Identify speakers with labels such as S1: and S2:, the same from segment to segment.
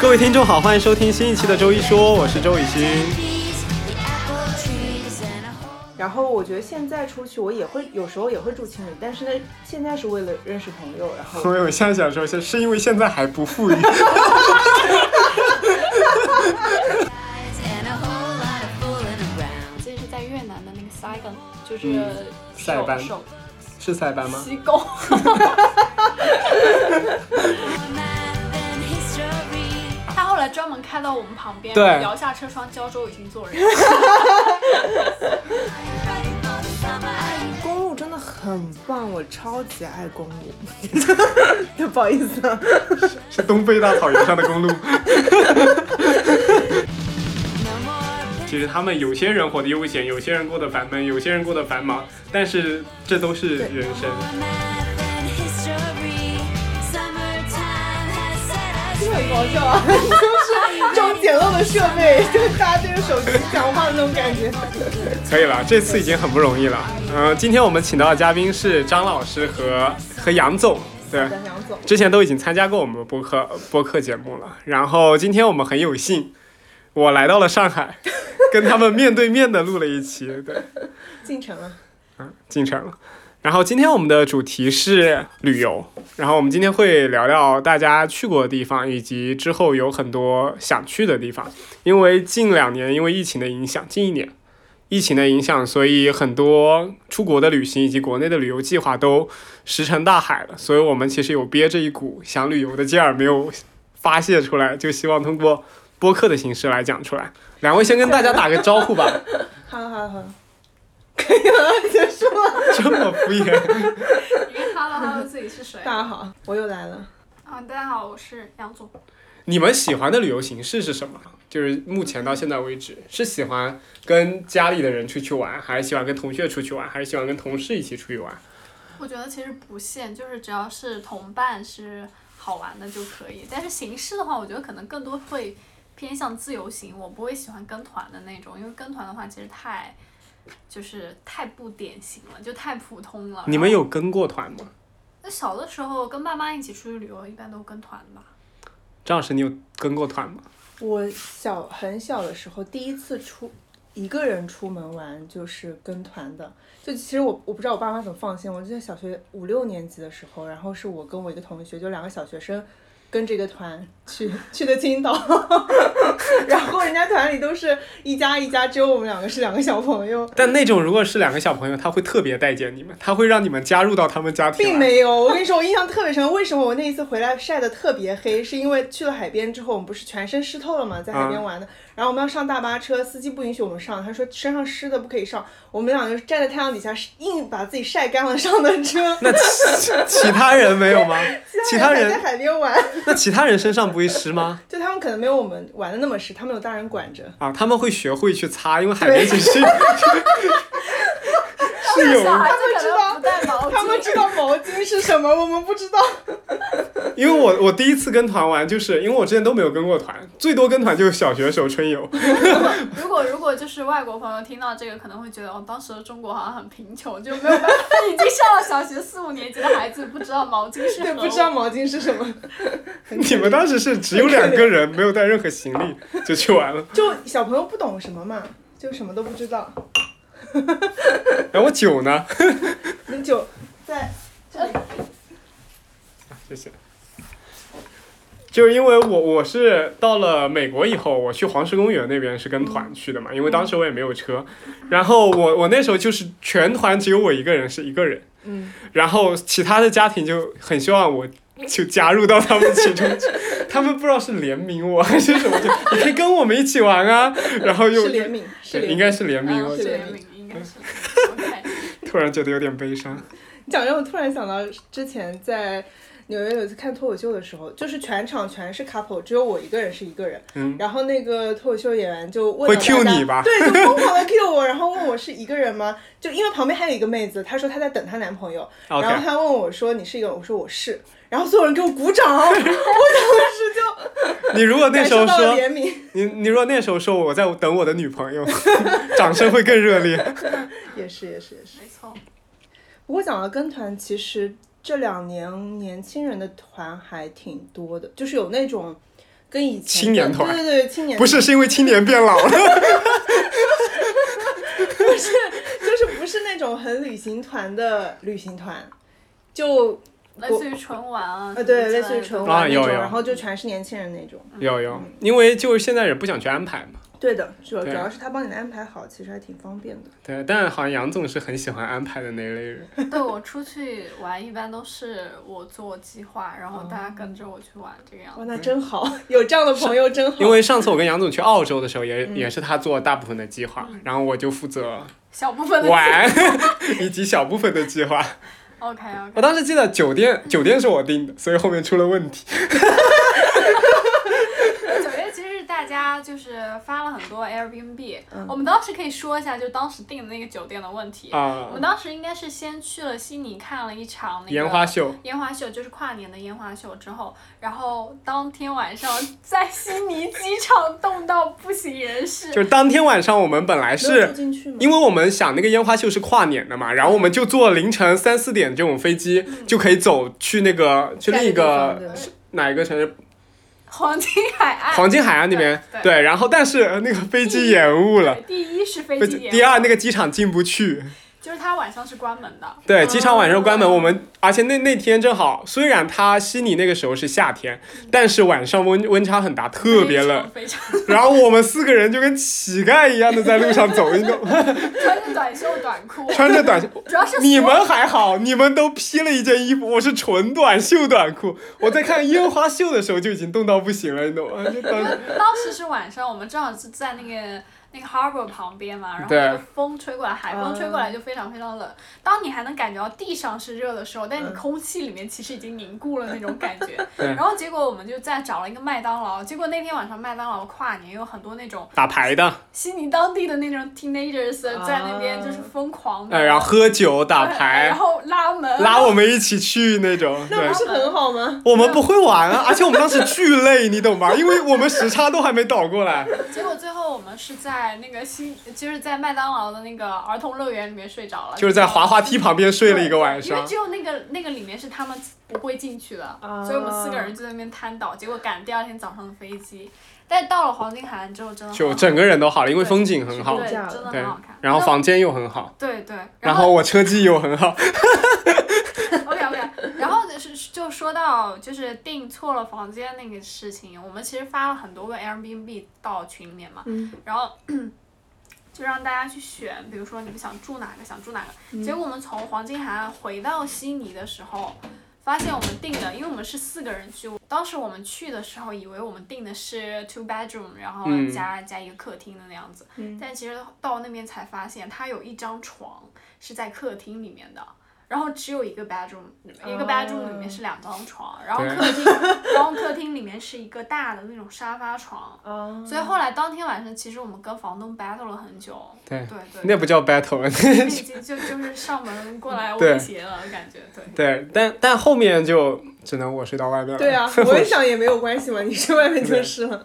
S1: 各位听众好，欢迎收听新一期的《周一说》，我是周雨欣。
S2: 然后我觉得现在出去，我也会有时候也会住青旅，但是呢，现在是为了认识朋友，然后
S1: 所以我现在想说一下，是因为现在还不富裕。
S3: 这是在越南的那个 Saigon，就是
S1: 嗯
S3: 手
S1: 塞班
S3: 手
S1: 是塞班 吗？
S3: 机构。他后来专门开到我们旁边，
S1: 对
S3: 摇下车窗教周雨欣做人。
S2: 公路真的很棒，我超级爱公路。 不好意思、啊，
S1: 是东非大草原上的公路。 其实他们有些人活得悠闲，有些人过得烦闷，有些人过得繁忙，但是这都是人生。
S2: 很搞笑啊， 就是这种简陋的设备，就是大家对着手机讲话的那种感觉。
S1: 可以了，这次已经很不容易了。嗯、今天我们请到的嘉宾是张老师和和杨总，对。
S2: 想想走，
S1: 之前都已经参加过我们播客播客节目了，然后今天我们很有幸，我来到了上 海，跟他们面对面的录了一期，对，
S2: 进城了。
S1: 进城了。然后今天我们的主题是旅游，然后我们今天会聊聊大家去过的地方，以及之后有很多想去的地方。因为近两年因为疫情的影响，近一年疫情的影响，所以很多出国的旅行以及国内的旅游计划都石沉大海了。所以我们其实有憋着一股想旅游的劲儿，没有发泄出来，就希望通过播客的形式来讲出来。两位先跟大家打个招呼吧，
S2: 好了好了好 了，可以了，结束了。
S1: 这么敷衍。
S3: 你跟 Hello Hello 自己是谁？
S2: 大家好，我又来了。
S3: 啊，大家好，我是杨总。
S1: 你们喜欢的旅游形式是什么？就是目前到现在为止，是喜欢跟家里的人出去玩，还是喜欢跟同学出去玩，还是喜欢跟同事一起出去玩？
S3: 我觉得其实不限，就是只要是同伴是好玩的就可以。但是形式的话，我觉得可能更多会偏向自由行，我不会喜欢跟团的那种，因为跟团的话其实太就是太不典型了，就太普通了。
S1: 你们？有跟过团吗？
S3: 那小的时候跟爸妈一起出去旅游，一般都跟团吧。
S1: 张老师，你有跟过团吗？
S2: 我小很小的时候，第一次出一个人出门玩，就是跟团的。就其实我我不知道我爸妈怎么放心我。就在小学五六年级的时候，然后是我跟我一个同学，就两个小学生，跟这个团去去的青岛， 然后人家团里都是一家一家，只有我们两个是两个小朋友，
S1: 但那种如果是两个小朋友，他会特别待见你们，他会让你们加入到他们家庭来。
S2: 并没有，我跟你说，我印象特别深。为什么我那一次回来晒得特别黑？是因为去了海边之后，我们不是全身湿透了嘛，在海
S1: 嗯
S2: 边玩的。然后我们要上大巴车，司机不允许我们上，他说身上湿的不可以上。我们俩就站在太阳底下，硬把自己晒干了上的车。
S1: 那其其他人没有 吗？其他
S2: 还在
S1: 人
S2: 海边玩，
S1: 那其他人身上不会湿吗？
S2: 就他们可能没有我们玩的那么湿，他们有大人管着。
S1: 啊，他们会学会去擦，因为海边其 实 是有
S3: 小孩子
S2: 他们知
S3: 可
S2: 道
S3: 能不带毛巾。
S2: 他们知道毛巾是 什么，我们不知道。
S1: 因为我我第一次跟团玩，就是因为我之前都没有跟过团，最多跟团就是小学时候春游。
S3: 如果如果就是外国朋友听到这个，可能会觉得哦，当时的中国好像很贫穷，就没有办法。已经上了小学四五年级的孩子不知道毛巾是
S2: 对，
S3: 何
S2: 不知道毛巾是什么。
S1: 你们当时是只有两个人，没有带任何行李就去玩了。
S2: 就小朋友不懂什么嘛，就什么都不知道。
S1: 然后我酒呢？
S2: 你就在这里。
S1: 谢谢。就是因为我我是到了美国以后，我去黄石公园那边
S2: 嗯
S1: 是跟团去的嘛，因为当时我也没有车，然后我我那时候就是全团只有我一个人是一个人，
S2: 嗯，
S1: 然后其他的家庭就很希望我就加入到他们其中去， 他们不知道是怜悯我还是什么，就你可以跟我们一起玩啊，然后又
S2: 是怜悯，是
S1: 对
S2: 怜悯啊
S1: 应。该是怜悯
S3: 嗯
S1: 我
S2: 是，
S3: 对
S2: 怜悯
S3: 应该
S2: 嗯
S3: 是 OK。
S1: 突然觉得有点悲伤。
S2: 你讲让我突然想到之前在纽约有一次看脱口秀的时候，就是全场全是 couple，只有我一个人是一个人。
S1: 嗯
S2: 然后那个脱口秀演员就问
S1: 会
S2: 了
S1: cue
S2: 大家
S1: 你吧
S2: 对，就疯狂的 cue 我，然后问我是一个人吗？就因为旁边还有一个妹子，她说她在等她男朋友，
S1: OK，
S2: 然后她问我说你是一个人，我说我是，然后所有人给我鼓掌，我当时就
S1: 你如 果那
S2: 感
S1: 时候
S2: 受到了
S1: 说
S2: 怜悯，
S1: 你你若那时候说我在等我的女朋友， 掌声会更热烈。
S2: 也是也是也是。
S3: 没错，
S2: 不过讲到跟团，其实这两年年轻人的团还挺多的，就是有那种跟以前
S1: 青年团
S2: 对对对青年
S1: 不是是因为青年变老了，
S2: 就是不是那种很旅行团的旅行团，就
S3: 类似于纯玩啊，
S2: 呃对，类似于纯玩
S1: 啊
S2: 那
S1: 有
S2: 种，
S1: 有
S2: 然嗯后就全是年轻人那种。
S1: 有有，因为就是现在人不想去安排嘛。
S2: 对的，主主
S1: 对
S2: 要是他帮你安排好，其实还挺方便的。
S1: 对，但好像杨总是很喜欢安排的那类人。
S3: 对我出去玩一般都是我做计划，然后大
S2: 哦
S3: 家跟着我去玩这个样
S2: 哇，
S3: 子。
S2: 那真好， 有这样的朋友真好。
S1: 因为上次我跟杨总去澳洲的时候也，
S3: 嗯
S1: 也、是他做大部分的计划，然后我就负责
S3: 小部分的
S1: 玩 以及小部分的计划。
S3: OK
S1: 我
S3: OK，
S1: 当时记得酒店，酒店是我订的，所以后面出了问题。
S3: 九月其实是大家就是发了很多 Airbnb，、
S2: 嗯
S3: 我们当时可以说一下，就当时订的那个酒店的问题。我
S1: 啊
S3: 们、当时应该是先去了悉尼看了一场那个
S1: 烟花秀，
S3: 烟花秀就是跨年的烟花秀之后，然后当天晚上在悉尼机场冻到不省人事，
S1: 就是当天晚上我们本来
S2: 能住
S1: 是。
S2: 进去吗？
S1: 因为我们想那个烟花秀是跨年的嘛，然后我们就坐凌晨三四点这种飞机、就可以走去那个去另一
S2: 下个地
S1: 个
S2: 方对吧
S1: 哪一个城市
S3: 黄金海岸。
S1: 黄金海岸那边
S3: 对
S1: 对，然后但是呃那个飞机延误了，
S3: 对第一是飞
S1: 飞
S3: 机
S1: 机
S3: 延误
S1: 第二那个机场进不去，
S3: 就是它晚上是关门的，
S1: 对，机场晚上关门，
S2: 哦
S1: 我们而且那那天正好，虽然它悉尼那个时候是夏天，但是晚上温温差很大，特别冷。
S3: 非常，
S1: 然后我们四个人就跟乞丐一样的在路上走一走，
S3: 非常穿着短袖短裤，
S1: 穿着短袖。
S3: 主要 是
S1: 你
S3: 所有
S1: 们还好，你们都披了一件衣服，我是纯短袖短裤。我在看烟花秀的时候就已经冻到不行了，你懂吗？就当时
S3: 当时是晚上，我们正好是在那个那个 harbor 旁边嘛，然后
S1: 对
S3: 那个风吹过来，海风
S2: 嗯
S3: 吹过来就非常非常冷。当你还能感觉到地上是热的时候，但你
S2: 嗯
S3: 空气里面其实已经凝固了那种感觉。
S1: 对
S3: 然后结果我们就再找了一个麦当劳，结果那天晚上麦当劳跨年有很多那种
S1: 打牌的，
S3: 悉尼当地的那种 teenagers
S2: 啊
S3: 在那边就是疯狂的，
S1: 呃，然后喝酒打
S3: 对哎然
S1: 牌，
S3: 后拉门，
S1: 拉我们一起去那种。对
S2: 那不。是很好吗？
S1: 我们不会玩啊，而且我们当时巨累，你懂吗？因为我们时差都还没倒过来。
S3: 结果最后我们是在那个新，就是在麦当劳的那个儿童乐园里面睡着了，
S1: 就是在滑滑梯旁边睡了一个晚
S3: 因为
S1: 上
S3: 只。有那个那个里面是他们不会进去的，
S2: 啊
S3: 所以我们四个人就在那边瘫倒，结果赶第二天早上的飞机。但到了黄金海岸之后，真的
S1: 就
S3: 很好
S1: 整个人都好了，因为风景很好
S3: 对，，
S2: 这样
S3: 真的
S1: 对
S3: 很好看。
S1: 然后房间又很好，
S3: 对对，
S1: 然
S3: 后
S1: 后我车技又很好，
S3: OK OK，然后就是就说到就是订错了房间那个事情，我们其实发了很多个 Airbnb 到群里面嘛，
S2: 嗯
S3: 然后 就让大家去选，比如说你们想住哪个，想住哪个。结果我们从黄金海岸回到悉尼的时候，发现我们订的，因为我们是四个人去，当时我们去的时候以为我们订的是 two bedroom，然后
S1: 嗯
S3: 加、加一个客厅的那样子，
S2: 嗯
S3: 但其实到那边才发现它有一张床是在客厅里面的。然后只有一个 bedroom，一个 bedroom 里面是两张床，然后
S1: 对
S3: 客厅， 然后客厅里面是一个大的那种沙发床，
S2: 啊，
S3: 所以后来当天晚上，其实我们跟房东 battle 了很久。
S1: 对
S3: 对对，
S1: 那不叫 battle。
S3: 那 已经就就是上门过来威胁了，感觉对。
S1: 对，但但后面就只能我睡到外面了。
S2: 对啊，我也想也没有关系嘛，你睡外面就是 了。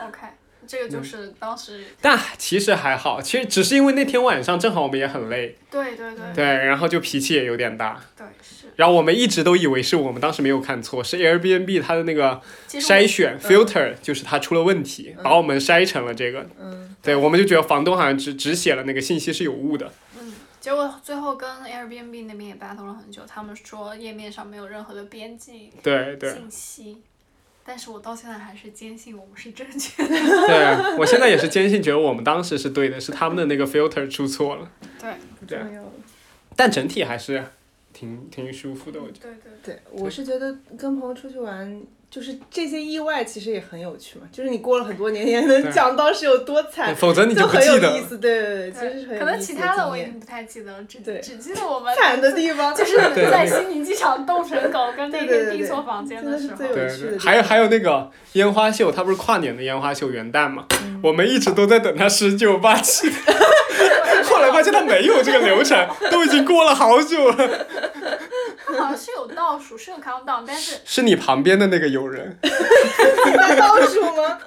S3: OK，这个就是
S1: 嗯
S3: 当时
S1: 但其实还好，其实只是因为那天晚上正好我们也很累，
S3: 对对对
S1: 对，然后就脾气也有点大。
S3: 对是。
S1: 然后我们一直都以为是我们当时没有看错，是 Airbnb 它的那个
S3: 其实
S1: 筛
S3: 我
S1: 选
S2: 嗯
S1: filter 就是它出了问题，把我们筛成了这个。
S2: 嗯，
S1: 对，我们就觉得房东好像只只写了那个信息是有误的。
S3: 嗯，结果最后跟 Airbnb 那边也 battle 了很久，他们说页面上没有任何的编辑
S1: 对 对
S3: 信息。但是我到现在还是坚信我们是正确的。
S1: 对，我现在也是坚信，觉得我们当时是对的，是他们的那个 filter 出错了。
S3: 对
S2: 不
S1: 对啊
S2: 重要了。
S1: 但整体还是挺挺舒服的，我觉得。
S3: 对对
S2: 对，我是觉得跟朋友出去玩，就是这些意外其实也很有趣嘛，就是你过了很多年也
S1: 对啊
S2: 能讲当时有多
S1: 对
S2: 惨，
S1: 否则你
S2: 就
S1: 就不
S2: 很
S1: 记
S2: 有
S1: 得
S2: 意
S1: 了。
S2: 思。对对对，其实是很有
S3: 对，可能
S2: 意思
S3: 其他的
S2: 经
S3: 我已
S2: 验
S3: 经不太记得了，只
S2: 对
S3: 只记得我们
S2: 惨的地方
S3: 就是
S1: 对
S3: 在悉尼机场冻成狗，跟那
S2: 对
S3: 天
S2: 对
S3: 订
S2: 对
S3: 错房间
S2: 真的
S3: 的
S2: 是
S3: 时候
S2: 最，有
S1: 对
S2: 趣的
S1: 对，
S2: 地
S1: 还有
S2: 方
S1: 还有那个烟花秀，它不是跨年的烟花秀元旦嘛？
S2: 嗯
S1: 我们一直都在等它十九八七， 后来发现它没有这个流程，都已经过了好久了。
S3: 它好像 是有倒数，是有 countdown，但是
S1: 是你旁边的那个友人，
S2: 啊在倒数吗？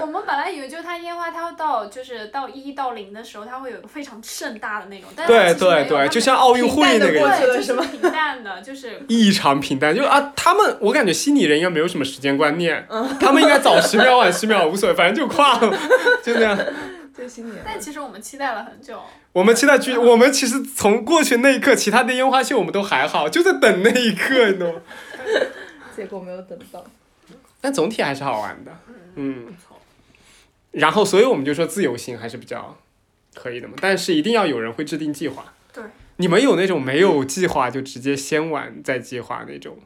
S3: 我们本来以为就是它烟花，它会到就是到一到零的时候，它会有一个非常盛大的那种，但是它
S1: 对
S3: 其实没有
S1: 对对，
S3: 它
S1: 就
S3: 是
S1: 像奥运会那
S2: 平淡地过
S1: 个
S2: 去
S1: 一样
S2: 了
S3: 对，就是
S2: 吗
S3: 平淡的，就是
S1: 异常平淡，就啊，他们我感觉悉尼人应该没有什么时间观念，
S2: 嗯
S1: 他们应该早十秒晚十秒无所谓，反正就跨了， 就那样。
S2: 对新年，
S3: 但其实我们期待了很久，
S1: 我们期待剧，我们其实从过去那一刻，其他的烟花秀我们都还好，就在等那一刻，你懂吗？
S2: 结果没有等到。
S1: 但总体还是好玩的，嗯。
S3: 不错。
S1: 然后，所以我们就说自由行还是比较可以的嘛，但是一定要有人会制定计划。
S3: 对，
S1: 你们有那种没有计划就直接先玩再计划那种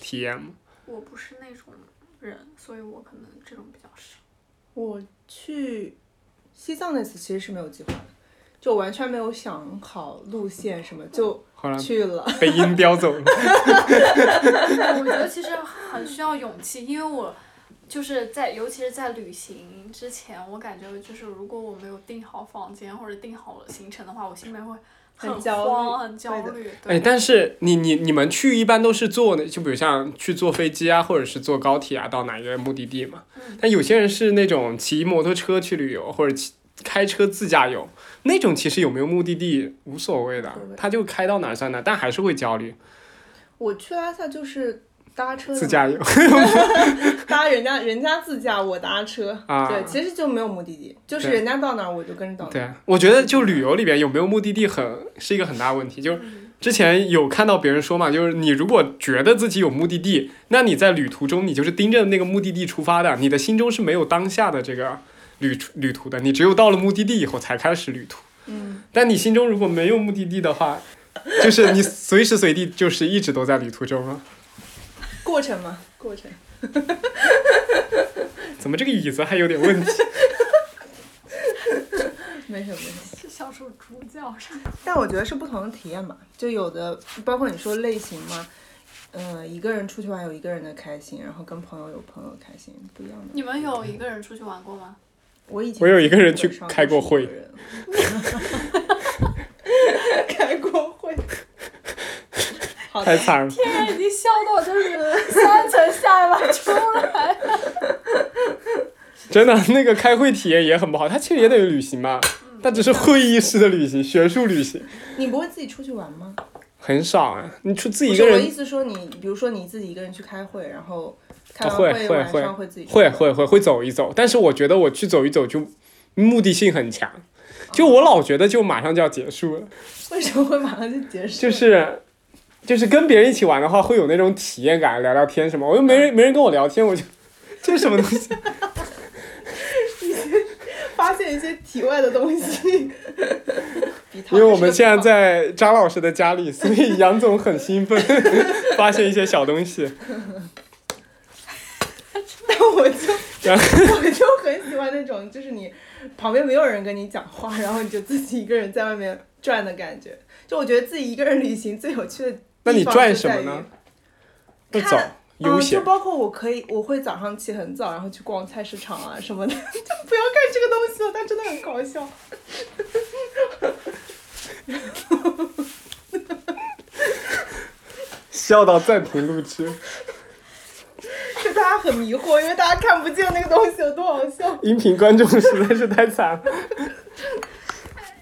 S1: 体验吗？
S3: 我不是那种人，所以我可能这种比较少。
S2: 我去西藏那次其实是没有计划的，就完全没有想好路线什么，就
S1: 后来
S2: 去了。
S1: 被音叼走了。
S3: 我觉得其实很需要勇气，因为我就是在，尤其是在旅行之前，我感觉就是如果我没有订好房间或者订好行程的话，我心里面会
S2: 很焦虑
S3: 慌、很焦
S2: 对的
S3: 虑。
S1: 哎，
S3: 对，
S1: 但是你你你们去一般都是坐那，就比如像去坐飞机啊，或者是坐高铁啊，到哪一个目的地嘛。
S2: 嗯
S1: 但有些人是那种骑摩托车去旅游，或者骑开车自驾游，那种其实有没有目的地无所谓的
S2: 无所谓，
S1: 他就开到哪儿算哪儿，但还是会焦虑。
S2: 我去拉萨就是搭车的
S1: 自
S2: 嘛
S1: 驾游
S2: 搭人家人家自驾，我搭车。
S1: 啊，
S2: 对，其实就没有目的地，就是
S1: 对
S2: 人家到哪儿我就跟着到哪
S1: 对
S2: 儿。
S1: 啊，我觉得就旅游里边有没有目的地很是一个很大问题。就是之前有看到别人说嘛，就是你如果觉得自己有目的地，那你在旅途中你就是盯着那个目的地出发的，你的心中是没有当下的这个旅途旅途的，你只有到了目的地以后才开始旅途。
S2: 嗯，
S1: 但你心中如果没有目的地的话，就是你随时随地就是一直都在旅途中啊。
S2: 过程嘛，过程。
S1: 怎么这个椅子还有点问题？
S2: 没什么没什么，
S3: 是像是主角是吧
S2: 但我觉得是不同的体验吧。就有的，包括你说类型嘛，嗯、一个人出去玩有一个人的开心，然后跟朋友有朋友的开心，不一样的。
S3: 你们有一个人出去玩过 吗？
S2: 我以前
S1: 我有一个人
S2: 基本
S1: 去
S2: 上
S1: 开
S2: 都是
S1: 过
S2: 一个人， 开过会。好
S1: 太
S2: 的，
S1: 惨了。
S3: 天呀，已经笑到就是三层下巴出来。
S1: 真的，那个开会体验也很不好，它其实也等于旅行嘛，但只是会议式的旅行、学术旅行
S2: 你不会自己出去玩吗？
S1: 很少啊。你出自己
S2: 不
S1: 一
S2: 是
S1: 个
S2: 我的意
S1: 人，
S2: 思说你，比如说你自己一个人去开会，然后开
S1: 啊
S2: 完
S1: 会会
S2: 晚
S1: 会
S2: 上会自己出去
S1: 会
S2: 玩
S1: 会会会走一走，但是我觉得我去走一走就目的性很强，就我老觉得就马上就要结束了，
S2: 为什么会马上就结束？
S1: 就是。就是跟别人一起玩的话，会有那种体验感，聊聊天什么。我又没人没人跟我聊天，我就这是什么东西？
S2: 发现一些体外的东 西。
S1: 因为我们现在在张老师的家里，所以杨总很兴奋， 发现一些小东西。
S2: 但 我就
S1: 然
S2: 我就很喜欢那种，就是你旁边没有人跟你讲话，然后你就自己一个人在外面转的感觉。就我觉得自己一个人旅行最有趣的地方
S1: 那你转
S2: 就
S1: 什
S2: 在
S1: 么
S2: 于
S1: 呢？不
S2: 看
S1: 走，悠
S2: 嗯，
S1: 闲
S2: 就。包括我可以，我会早上起很早，然后去逛菜市场啊什么的，就 不要干这个东西了，但真的很搞笑。
S1: 笑到暂停录制，
S2: 就大家很迷惑，因为大家看不见那个东西有多好笑。
S1: 音频观众实在是太惨了。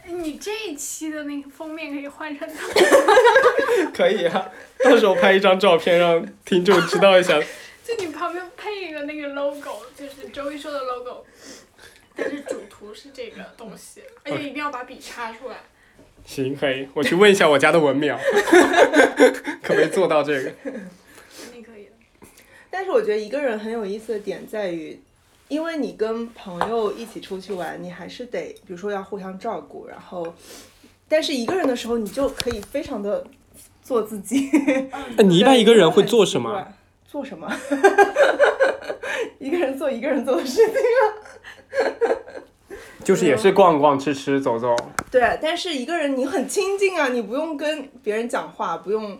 S3: 你这一期的那个封面可以换成
S1: 可以啊，到时候拍一张照片让听众知道一下。
S3: 就你旁边配一个那个 logo，就是周一说的 logo，但是主图是这个东西，而且一定要把笔插出来。
S1: 行，可以，我去问一下我家的文淼， 可不可以做到这个？
S3: 肯定可以的。
S2: 但是我觉得一个人很有意思的点在于，因为你跟朋友一起出去玩，你还是得，比如说要互相照顾，然后，但是一个人的时候，你就可以非常的做自己。
S1: 哎，你一般一个人会做什
S2: 对
S1: 么？？
S2: 做什么？ 一个人做一个人做的事情。
S1: 就是也是逛逛、吃吃、走走。
S2: 对，但是一个人你很亲近啊，你不用跟别人讲话，不用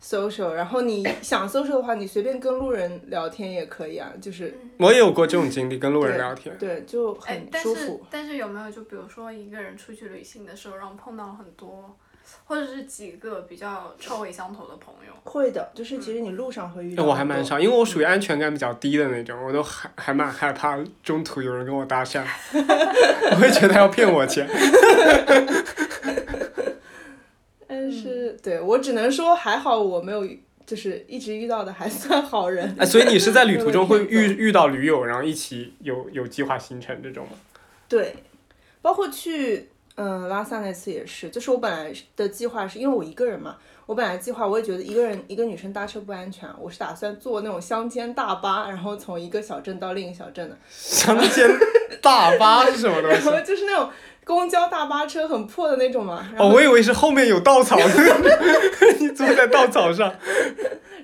S2: social，然后你想 social 的话，你随便跟路人聊天也可以啊，就是
S1: 我也有过这种经历，跟路人聊天。
S2: 对，就
S3: 嗯哎
S2: 很，
S3: 但
S2: 舒
S3: 是
S2: 服。
S3: 但是有没有就比如说一个人出去旅行的时候，然后碰到很多或者是几个比较臭味相投的朋友。
S2: 会的，就是其实你路上会遇
S1: 哎，
S2: 到。
S1: 我还蛮。少，因为我属于安全感比较低的那种，我都还还蛮害怕中途有人跟我搭讪， 我会觉得他要骗我钱。
S2: 但是，对我只能说还好我没有，就是一直遇到的还算好人。
S1: 哎，所以你是在旅途中会遇遇到驴友，然后一起有有计划行程这种吗？
S2: 对，包括去嗯拉萨那次也是，就是我本来的计划是因为我一个人嘛，我本来计划我也觉得一个人一个女生搭车不安全，我是打算坐那种乡间大巴，然后从一个小镇到另一个小镇的，
S1: 乡间大巴是什么东
S2: 然
S1: 西
S2: 后？就是那种公交大巴车很破的那种嘛，然
S1: 哦，
S2: 后、
S1: 我以为是后面有稻草， 你坐在稻草上。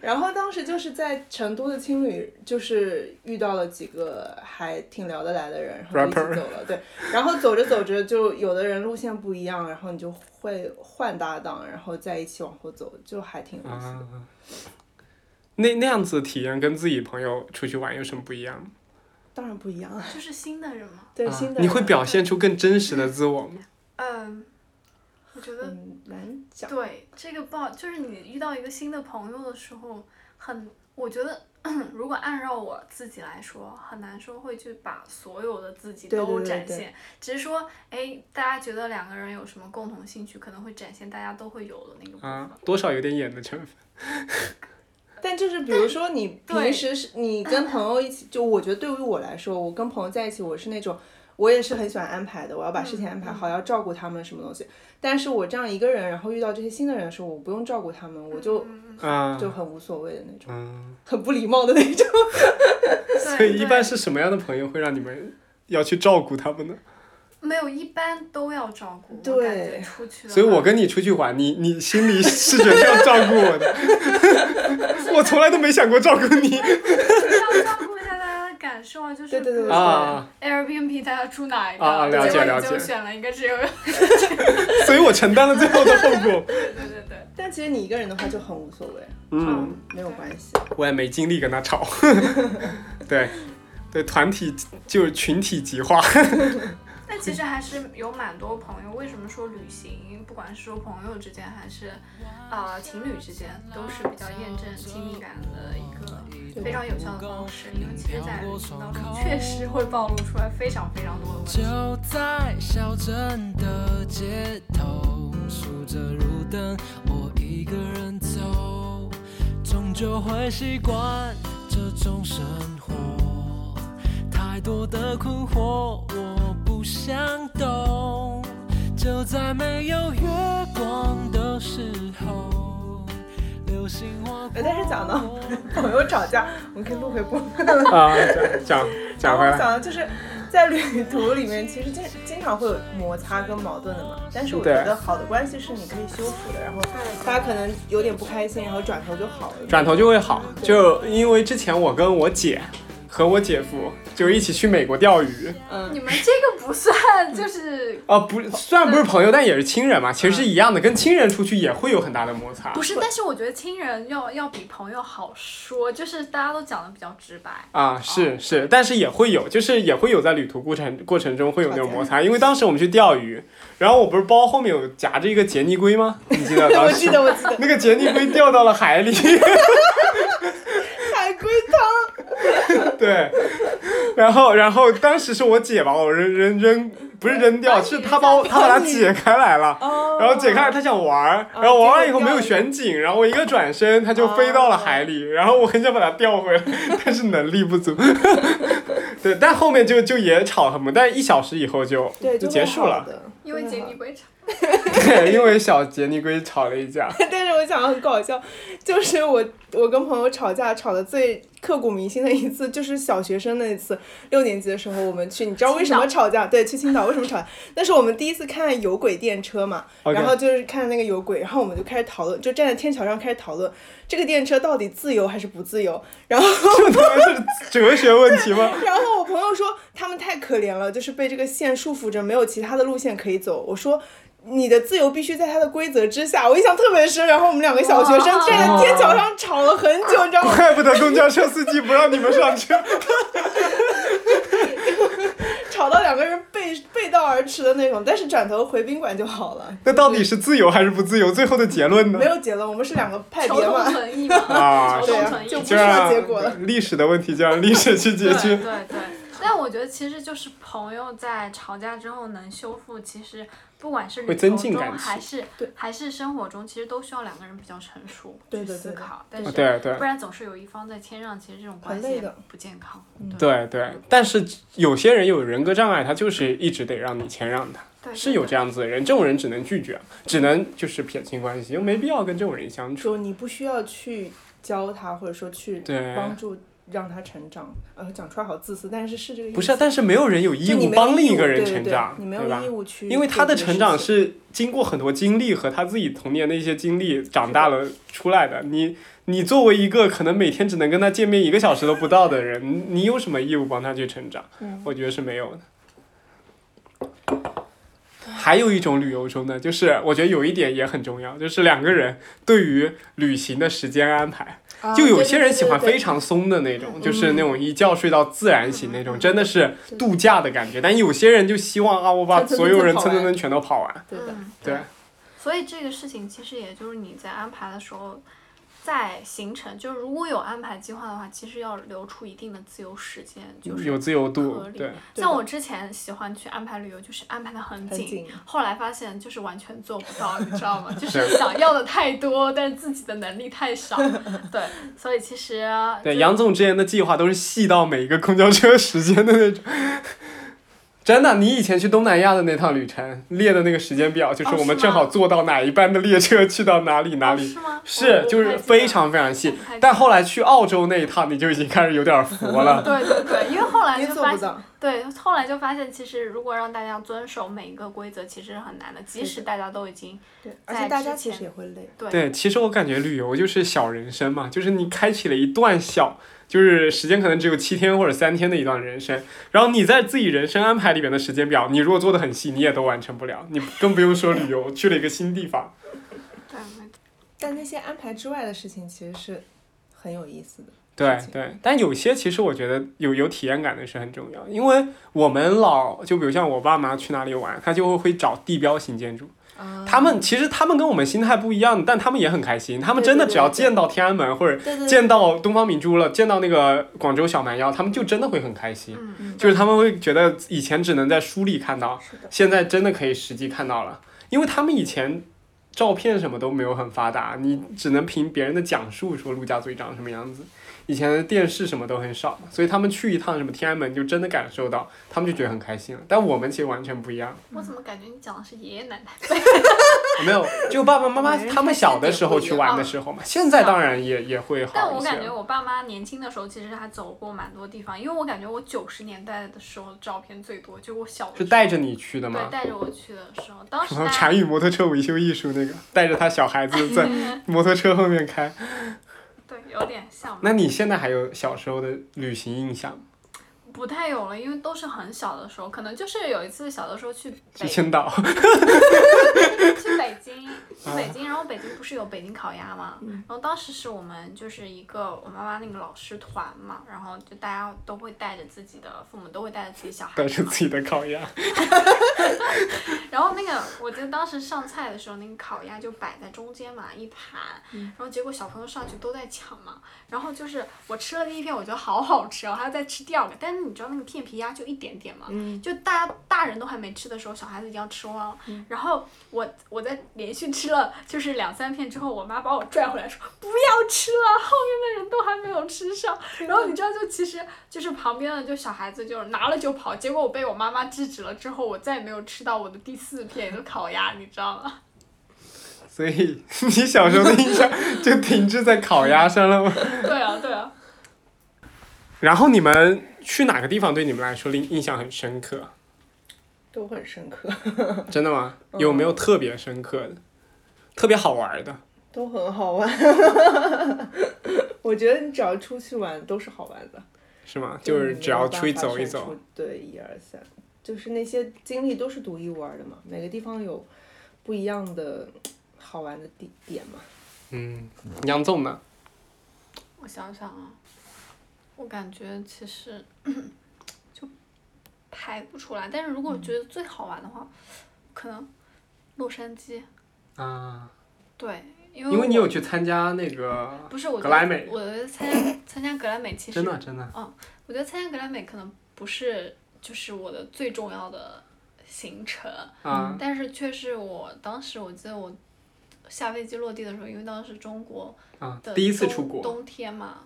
S2: 然后当时就是在成都的青旅，就是遇到了几个还挺聊得来的人，然后就一
S1: Rapper
S2: 起走了。对，然后走着走着，就有的人路线不一样，然后你就会换搭档，然后再一起往后走，就还挺有意思的。
S1: 啊，那那样子体验跟自己朋友出去玩有什么不一样？
S2: 当然不一样，
S3: 就是新的人嘛，
S2: 对、
S1: 啊
S2: 新的
S1: 你
S2: 人
S1: 会表现出更真实的自我吗？
S3: 嗯，我觉得
S2: 嗯难讲，
S3: 对这个不好，就是你遇到一个新的朋友的时候，很，我觉得 如果按照我自己来说，很难说会去把所有的自己
S2: 对对
S3: 都
S2: 对
S3: 展现，
S2: 对
S3: 只是说，哎，大家觉得两个人有什么共同兴趣，可能会展现大家都会有的那个部分。
S1: 啊， 多少有点演的成分。
S2: 但就是比如说你
S3: 对
S2: 平时是你跟朋友一起，就我觉得对于我来说，我跟朋友在一起，我是那种。我也是很喜欢安排的，我要把事情安排好，要照顾他们什么东西。但是我这样一个人，然后遇到这些新的人的时候，我不用照顾他们，我就
S1: 啊，
S2: 嗯就很无所谓的那种，
S1: 嗯，
S2: 很不礼貌的那种。
S3: 对
S1: 所以一
S3: 对
S1: 般是什么样的朋友会让你们要去照顾他们呢？
S3: 没有，一般都要照顾。我
S2: 对
S3: 感觉出去
S2: 啊
S3: 的话。
S1: 所以我跟你出去玩，你你心里是觉得要照顾我的， 我从来都没想过照顾 你
S3: 要照顾一下大家的感受啊，就是
S2: 对对对
S3: 比如
S2: 对
S3: 说
S1: 啊，
S3: Airbnb 大家住哪一个，
S1: 啊啊了
S2: 解
S3: 结果
S1: 了
S3: 你
S1: 解
S3: 就选了一个只有，对
S1: 所以我承担了最后的后果。
S3: 对对对，
S2: 但其实你一个人的话就很无所谓，
S1: 嗯，
S2: 没有关系。
S1: 我也没精力跟他吵。 对，对，团体就是群体极化。
S3: 但其实还是有蛮多朋友，为什么说旅行，不管是说朋友之间，还是啊、呃情侣之间，都是比较验证亲密感的一个非常有效的方式。因为其实，在旅行当中确实会暴露出来非常非常多的问 题。
S4: 就在小镇的街头，数着路灯，我一个人走，终究会习惯这种生活。太多的困惑，我不想懂。就在没有月光的时候，流星划过。
S2: 哎但是讲到朋友吵架，我们可以录回播。
S1: 啊，讲讲讲
S2: 然后
S1: 回
S2: 我
S1: 来。
S2: 想的就是，在旅途里面，其实经经常会有摩擦跟矛盾的嘛。但是我觉
S1: 对
S2: 得好的关系是你可以修复的，然后大家可能有点不开心，然后转头就好了。
S1: 转头就会好。就因为之前我跟我姐和我姐夫就一起去美国钓鱼
S2: 嗯，
S3: 你们这个不算，就是
S1: 啊，不，虽然不是朋友，但也是亲人嘛，其实是一样的，跟亲人出去也会有很大的摩擦
S3: 不是？但是我觉得亲人要要比朋友好说，就是大家都讲的比较直白。
S1: 啊，是是，但是也会有，就是也会有在旅途过程过程中会有那种摩擦，因为当时我们去钓鱼，然后我不是包后面有夹着一个杰尼龟吗？你记得当
S2: 我
S1: 时
S2: 记得我记得
S1: 那个杰尼龟掉到了海里。
S2: 海龟汤，
S1: 对，然后然后当时是我姐把我扔扔扔，不是扔
S2: 啊
S1: 掉，是她把我她把它解开来了，
S2: 哦
S1: 然后解开来她想玩儿，然后玩完以后没有旋紧，然后我一个转身它就飞到了海里，
S2: 哦
S1: 然后我很想把它钓回来，但是能力不足。 对，但后面就就也吵很猛，但一小时以后就
S2: 对，就
S1: 结束
S2: 会好
S1: 了。
S2: 的
S3: 因为杰尼。龟吵，
S1: 对，因为小杰尼龟吵了一架，
S2: 但是我想很搞笑，就是我我跟朋友吵架吵的最刻骨铭心的一次，就是小学生那一次，六年级的时候我们去，你知道为什么吵架？对，去青岛为什么吵架？那是我们第一次看有轨电车嘛
S1: OK
S2: 然后就是看那个有轨，然后我们就开始讨论，就站在天桥上开始讨论这个电车到底自由还是不自由。然后
S1: 这他妈是哲学问题吗？
S2: 然后我朋友说他们太可怜了，就是被这个线束缚着，没有其他的路线可以走。我说。你的自由必须在它的规则之下，我印象特别深。然后我们两个小学生站在
S1: 哦
S2: 天桥上吵了很久，你知道吗？
S1: 怪不得公交车司机不让你们上车。
S2: 吵到两个人背背道而驰的那种，但是转头回宾馆就好了。
S1: 那到底是自由还是不自由？最后的结论呢
S2: 没？有结论，我们是两个派
S3: 求
S2: 别
S3: 同
S2: 嘛。
S3: 存异 嘛，
S1: 啊
S3: 求
S2: 对
S3: 同
S2: 啊
S3: 存异
S2: 就
S3: 嘛。
S2: 不
S1: 就
S2: 知道结果了
S1: 让历史的问题就让历史 去解
S3: 对
S1: 决。
S3: 对对，但我觉得其实就是朋友在吵架之后能修复，其实不管是
S1: 会
S3: 旅
S1: 增
S3: 途
S1: 进感
S3: 中
S1: 情
S3: 还是
S2: 对
S3: 还是生活中，其实都需要两个人比较成熟
S2: 对
S3: 去
S2: 的
S3: 思
S2: 对的
S3: 考，但
S1: 啊
S3: 是
S1: 对对
S3: 不然总是有一方在谦让，其实这种关系
S2: 累
S3: 也
S2: 的
S3: 不健康。
S1: 对对，但是有些人有人格障碍，他就是一直得让你谦让他，
S3: 对，
S1: 是有这样子的人，这种人只能拒绝，只能就是撇清关系，就没必要跟这种人相处。
S2: 说你不需要去教他，或者说去
S1: 对，
S2: 帮助让他成长。呃，讲出来好自私，但是是这个意思。
S1: 不是啊，但是没有人有义
S2: 就你
S1: 务
S2: 没有
S1: 帮另一个人
S2: 对对
S1: 成
S2: 对
S1: 长，
S2: 你没
S1: 对
S2: 有
S1: 吧
S2: 义？务去，
S1: 因为他的成长，是经过很多经历和他自己童年的一些经历长大了出来的。你你作为一个可能每天只能跟他见面一个小时都不到的人，你你有什么义务帮他去成长？
S2: 嗯，
S1: 我觉得是没有的。还有一种旅游中呢，就是我觉得有一点也很重要，就是两个人对于旅行的时间安排。
S2: 啊
S1: 就有
S2: 对
S1: 些
S2: 对
S1: 人
S2: 对
S1: 喜欢
S2: 对
S1: 非常松的那种，
S2: 嗯
S1: 就是那种一觉睡到自然醒那种，
S3: 嗯
S1: 真的是
S2: 对
S1: 度假的感觉。但有些人就希望啊，我把
S2: 蹭蹭
S1: 所有人
S2: 蹭
S1: 蹭
S2: 蹭跑
S1: 蹭
S2: 完
S1: 蹭全都跑完。
S2: 对的，
S3: 嗯，
S1: 对，
S3: 所以这个事情其实也就是你在安排的时候，在行程就是如果有安排计划的话，其实要留出一定的自由时间，就是
S1: 有自由度
S3: 合，
S1: 嗯
S3: 理
S1: 对，
S2: 对
S3: 像
S2: 的
S3: 我之前喜欢去安排旅游，就是安排的很
S2: 很
S3: 紧，
S2: 紧
S3: 后来发现就是完全做不到，你知道吗？就是想要的太多，但是自己的能力太少。对，所以其实
S1: 对。
S3: 就
S1: 杨总之前的计划都是细到每一个公交车时间的那种。真的，你以前去东南亚的那趟旅程列的那个时间表，就是
S3: 哦
S1: 我们
S3: 是
S1: 正好
S3: 吗
S1: 坐到哪一班的列车去到哪里哪
S3: 哦
S1: 里，
S3: 是吗？
S1: 是
S3: 我
S1: 就是非。常非常
S3: 我
S1: 细
S3: 不太记。得
S1: 但后来去澳洲那一趟，你就已经开始有点佛了
S3: 我。不太记得对对对，因为后来
S2: 也
S3: 就
S2: 做
S3: 发
S2: 不
S3: 现，
S2: 到，
S3: 对，后来就发现，其实如果让大家遵守每一个规则，其实是很难的。即使大家都已经
S2: 对，而
S3: 在
S2: 且大
S3: 之
S2: 家其
S3: 前
S2: 实也会累，
S3: 对
S1: 对，其实我感觉旅游就是小人生嘛，就是你开启了一段小，就是时间可能只有七天或者三天的一段人生，然后你在自己人生安排里面的时间表，你如果做的很细，你也都完成不了，你更不用说旅游去了一个新地方。
S3: 对没错
S2: 但那些安排之外的事情其实是很有意思的。
S1: 对
S2: 是这样
S1: 对，但有些其实我觉得有有体验感的是很重要，因为我们老就比如像我爸妈去哪里玩，他就会会找地标型建筑，
S2: 啊
S1: 他们其实他们跟我们心态不一样，但他们也很开心，他们
S2: 对
S1: 真的
S2: 对
S1: 只要
S2: 对对
S1: 见到天安门或者
S2: 对对对
S1: 见到东方明珠了，见到那个广州小蛮腰，他们就真的会很开心。
S3: 嗯，
S2: 嗯
S1: 就是他们会觉得以前只能在书里看到，
S2: 是的，
S1: 现在真的可以实际看到了，因为他们以前照片什么都没有很发达，你只能凭别人的讲述说陆家嘴长什么样子。以前的电视什么都很少嘛，所以他们去一趟什么天安门，就真的感受到，他们就觉得很开心了。但我们其实完全不一样。
S3: 我怎么感觉你讲的是爷爷奶奶？
S1: 没有，就爸爸妈妈
S2: 每个人
S1: 他们
S2: 开心
S1: 小的
S2: 点
S1: 时
S2: 不
S1: 候
S2: 一
S1: 去
S2: 样
S1: 玩的时候嘛，现在当然也也会好一些。
S3: 啊但我感觉我爸妈年轻的时候其实还走过蛮多地方，因为我感觉我九十年代的时候照片最多，就我小的时
S1: 是
S3: 候
S1: 带着你去的
S3: 对
S1: 吗？
S3: 带着我去的时候，当
S1: 什
S3: 时
S1: 么
S3: 大家
S1: 禅语摩托车维修艺术那个，带着他小孩子 在摩托车后面开。
S3: 对有点像吧，
S1: 那你现在还有小时候的旅行印象吗？
S3: 不太有了，因为都是很小的时候，可能就是有一次小的时候去
S1: 去
S3: 北
S1: 青岛，
S3: 去北 京，去北京，然后北京不是有北京烤鸭嘛？
S1: 嗯
S3: 然后当时是我们就是一个我妈妈那个老师团嘛，然后就大家都会带着自己的父母都会带着自己小孩
S1: 带着
S3: 子嘛
S1: 自，己的烤鸭，
S3: 然后那个，我记得当时上菜的时候，那个烤鸭就摆在中间嘛，一盘，然后结果小朋友上去都在抢嘛，然后就是我吃了第一片，我觉得好好吃哦，还要再吃第二个，但是你知道那个片皮鸭就一点点嘛，
S2: 嗯
S3: 就大家大人都还没吃的时候，小孩子已经要吃完了，然后我我在连续吃了就是两三片之后，我妈把我拽回来说不要吃了，后面的人都还没有吃上，然后你知道，就其实就是旁边的就小孩子就是拿了就跑，结果我被我妈妈制止了之后，我再也没有吃到我的第四片的烤鸭，你知道吗？
S1: 所以 你小时候的印象就停滞在烤鸭上了吗？
S3: 对啊，对啊，
S1: 然后你们去哪个地方对你们来说印印象很深刻？
S2: 都很深刻，
S1: 真的吗？
S3: 嗯
S1: 有没有特别深刻的、特别好玩的？
S2: 都很好玩。 我觉得你只要出去玩都是好玩的，
S1: 是吗？
S3: 嗯
S1: 就是只要出去走一
S2: 就你没有办
S1: 走
S2: 法删，除。对，一二三，就是那些经历都是独一无二的嘛，每个地方有不一样的好玩的地点嘛。
S1: 嗯，杨总呢？
S3: 我想想啊，我感觉其实就排不出来。但是如果觉得最好玩的话，可能洛杉矶。
S1: 啊，
S3: 对，因为
S1: 因为你
S3: 我
S1: 有去参加那个，
S3: 不是我
S1: 格
S3: 觉得
S1: 莱美
S3: 我觉得 参加参加格莱美其实
S1: 真的真的，
S3: 我觉得参加格莱美可能不是就是我的最重要的行程，
S1: 啊
S3: 但是却是我当时我记得我下飞机落地的时候，因为当时中国
S1: 啊
S3: 的，
S1: 第一次
S3: 冬
S1: 出国，
S3: 冬天嘛，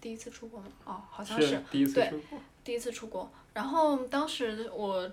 S3: 第一次出国吗？哦，好像是
S1: 是第一次
S3: 对
S1: 出国，
S3: 第一次出国。然后当时我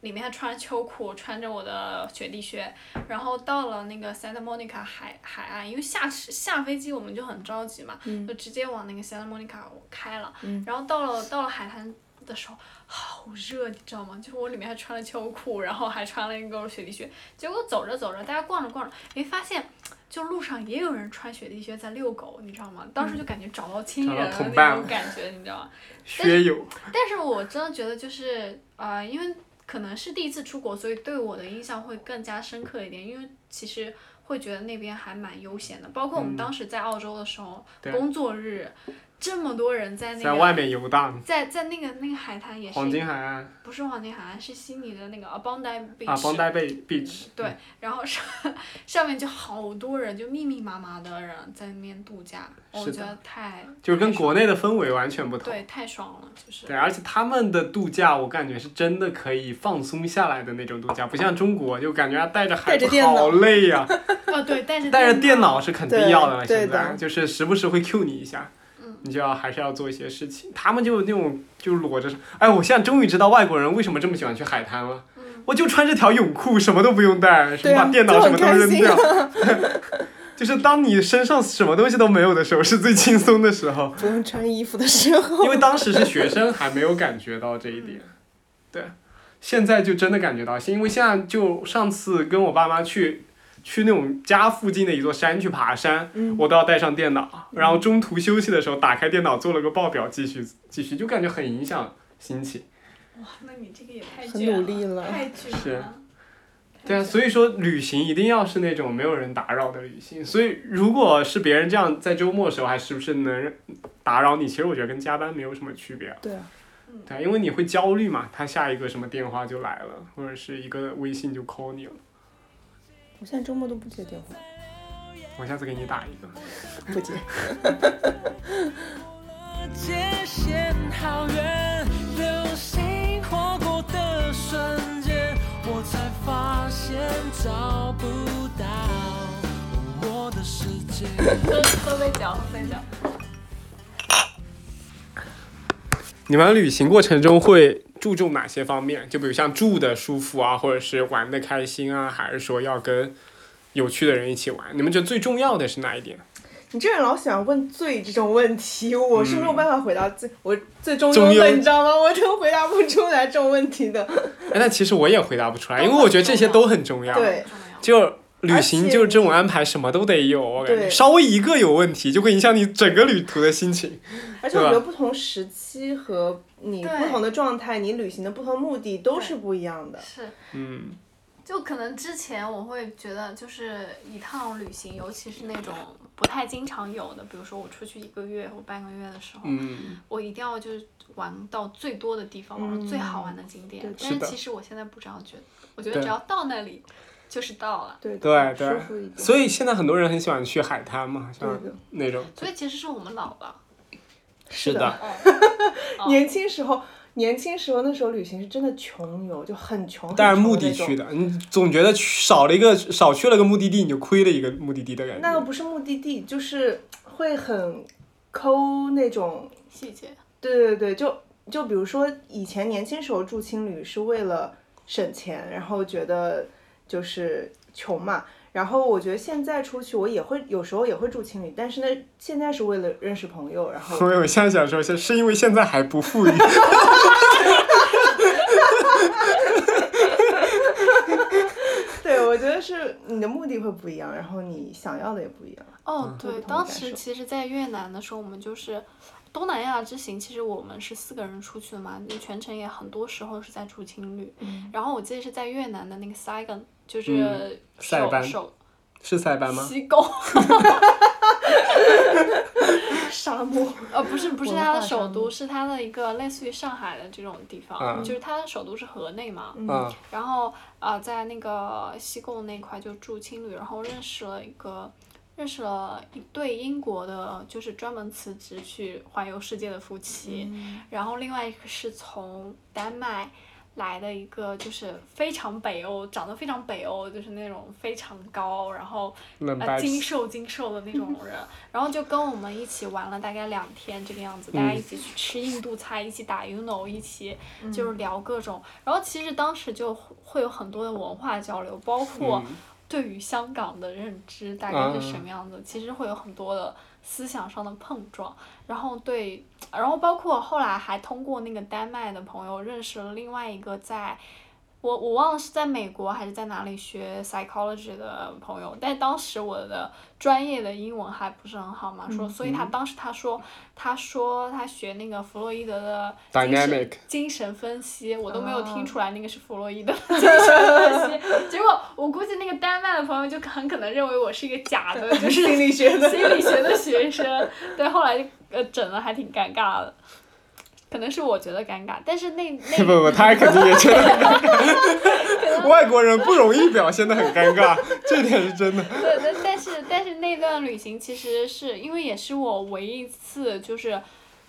S3: 里面还穿着秋裤，穿着我的雪地靴，然后到了那个 Santa Monica 海海岸，因为下下飞机我们就很着急嘛，
S2: 嗯
S3: 就直接往那个 Santa Monica 开了。
S2: 嗯
S3: 然后到了到了海滩的时候，好热，你知道吗？就是我里面还穿了秋裤，然后还穿了一个雪地靴。结果走着走着，大家逛着逛着，哎，发现。就路上也有人穿雪地靴在遛狗，你知道吗？当时就感觉找到亲
S1: 嗯找
S3: 人
S1: 到
S3: 了
S1: 同
S3: 那
S1: 伴
S3: 种
S1: 了
S3: 感觉，你知道吗？
S1: 学友
S3: 但是我真的觉得就是呃，因为可能是第一次出国，所以对我的印象会更加深刻一点。因为其实会觉得那边还蛮悠闲的，包括我
S1: 嗯
S3: 们当时在澳洲的时候，
S1: 对
S3: 工作日这么多人在那
S1: 在
S3: 个
S1: 外面游荡，
S3: 在在那个那个海滩也是
S1: 黄金海岸
S3: 不是黄金海岸，是悉尼的那个 Bondi
S1: 啊，邦
S3: Beach，、
S1: 代贝 beach，嗯
S3: 对， 然后上上面就好多人，就密密麻麻的人在那边度假，我
S1: 是
S3: 觉
S1: 的
S3: 得太
S1: 就是跟
S3: 太
S1: 国内的氛围完全不同。
S3: 对太爽了，就是
S1: 对，而且他们的度假，我感觉是真的可以放松下来的那种度假，不像中国，就感觉带着孩
S2: 带着
S1: 子
S2: 电脑
S1: 好累呀、
S3: 哦对，带着
S1: 带着电脑是肯定要的了，
S2: 对
S1: 现
S2: 对
S1: 在
S2: 的
S1: 就是时不时会 Q 你一下
S3: 嗯，
S1: 你就要还是要做一些事情。他们就那种就裸着，哎，我现在终于知道外国人为什么这么喜欢去海滩了。我就穿这条泳裤，什么都不用带，什
S2: 嗯对
S1: 么
S2: 啊
S1: 把电脑什么都扔
S2: 就
S1: 掉。 就是当你身上什么东西都没有的时候，是最轻松的时候。
S2: 不用穿衣服的时候，
S1: 因为当时是学生，还没有感觉到这一点。对，现在就真的感觉到，因为现在就上次跟我爸妈去去那种家附近的一座山去爬山，
S2: 嗯
S1: 我都要带上电脑，然后中途休息的时候打开电脑做了个报表，继续继续，就感觉很影响心情。
S3: 那你这个也太
S2: 很
S3: 卷
S2: 努力了
S3: 太卷了。
S1: 是
S3: 太
S1: 对啊，
S3: 卷
S1: 所以说旅行一定要是那种没有人打扰的旅行。所以如果是别人这样在周末的时候还是不是能打扰你，其实我觉得跟加班没有什么区别啊。
S2: 对啊，
S1: 对啊，因为你会焦虑嘛，他下一个什么电话就来了，或者是一个微信就 call 你了。
S2: 我现在周末都不接电话，
S1: 我下次给你打一个。
S2: 不接。
S4: 界限好远，流星划过的瞬间，我才发现找不到我的世界。
S3: 都都被嚼，都被嚼。
S1: 你们旅行过程中会注重哪些方面？就比如像住的舒服啊，或者是玩的开心啊，还是说要跟有趣的人一起玩？你们觉得最重要的是哪一点？
S2: 你这人老喜欢问最这种问题，我是没有办法回答最、我最
S1: 嗯
S2: 中
S1: 中
S2: 庸的，
S1: 庸
S2: 你知道吗？我都回答不出来这种问题的。
S1: 哎，但其实我也回答不出来，因为我觉得这些都很重要。
S2: 对，
S3: 重要。
S1: 就旅行就是这种安排，什么都得有。我感觉
S2: 对
S1: 稍微一个有问题，就会影响你整个旅途的心情。
S2: 而且我觉得不同时期和你
S3: 对
S2: 不同的状态，你旅行的不同目的都是不一样的。
S3: 是，
S1: 嗯，
S3: 就可能之前我会觉得，就是一趟旅行，尤其是那种不太经常有的，比如说我出去一个月或半个月的时候，
S1: 嗯，
S3: 我一定要就是玩到最多的地方，玩到最好玩的景点。
S2: 嗯对
S3: 但
S1: 是
S3: 是
S1: 的
S3: 其实我现在不这样觉得，我觉得
S1: 对
S3: 只要到那里就是到了。
S2: 对
S1: 对对
S2: 舒服一点。
S1: 所以现在很多人很喜欢去海滩嘛，
S2: 对
S1: 像
S2: 的，
S1: 那种。
S3: 所以其实是我们老了，
S1: 是
S2: 的
S1: 的，
S3: 哦
S2: 年轻时候，年轻时候那时候旅行是真的穷游，就很穷。
S1: 但是
S2: 很穷
S1: 目的
S2: 那种
S1: 去的，你总觉得去少了一个，少去了个目的地，你就亏了一个目的地的感
S2: 那个
S1: 觉。
S2: 不是目的地，就是会很抠那种。
S3: 细节。
S2: 对对对，就就比如说以前年轻时候住青旅是为了省钱，然后觉得就是穷嘛。然后我觉得现在出去，我也会有时候也会住青旅，但是呢，现在是为了认识朋友，然 后
S1: 所以我现在想说，是是因为现在还不富裕。
S2: 对我觉得是你的目的会不一样，然后你想要的也不一样。
S3: 哦，
S2: 有不嗯同
S3: 对，
S2: 的
S3: 当
S2: 感
S3: 时
S2: 受
S3: 其实，在越南的时候，我们就是东南亚之行，其实我们是四个人出去的嘛，就全程也很多时候是在住青旅。
S2: 嗯
S3: 然后我记得是在越南的那个 Saigon，就是
S1: 嗯塞
S3: 首
S1: 班
S3: 首
S2: 啊
S1: 是塞班吗？
S3: 西贡，
S2: 沙漠，
S3: 呃，不是不是
S2: 文化
S3: 它的
S2: 上
S3: 首都，
S2: 面
S3: 是它的一个类似于上海的这种地方，
S1: 嗯
S3: 就是它的首都是河内嘛。
S1: 嗯
S3: 然后呃，在那个西贡那块就住青旅，然后认识了一个认识了一对英国的，就是专门辞职去环游世界的夫妻，
S2: 嗯
S3: 然后另外一个是从丹麦。来的一个就是非常北欧，长得非常北欧，就是那种非常高，然后
S1: 冷白
S3: 呃，精瘦精瘦的那种人，然后就跟我们一起玩了大概两天这个样子，大家一起去吃印度菜，一起打 UNO，一起就是聊各种，然后其实当时就会有很多的文化交流，包括
S1: 嗯
S3: 对于香港的认知大概是什么样子，其实会有很多的思想上的碰撞，然后对，然后包括后来还通过那个丹麦的朋友认识了另外一个在。我我忘了是在美国还是在哪里学 psychology 的朋友，但当时我的专业的英文还不是很好嘛，说，所以他当时他说，他说他学那个弗洛伊德的精神
S1: Dynamic
S3: 精神分析，我都没有
S2: 啊
S3: 听出来那个是弗洛伊德的 精神分析，结果我估计那个丹麦的朋友就很可能认为我是一个假的，就是
S2: 心理学的。
S3: 心理学的学生，对，后来就呃整的还挺尴尬的，可能是我觉得尴尬，但是 那那
S1: 不不，他肯定也觉得很尴 尬。外国人不容易表现得很尴尬，这点是真的。
S3: 对，但但是但是那段旅行其实是因为也是我唯一一次就是，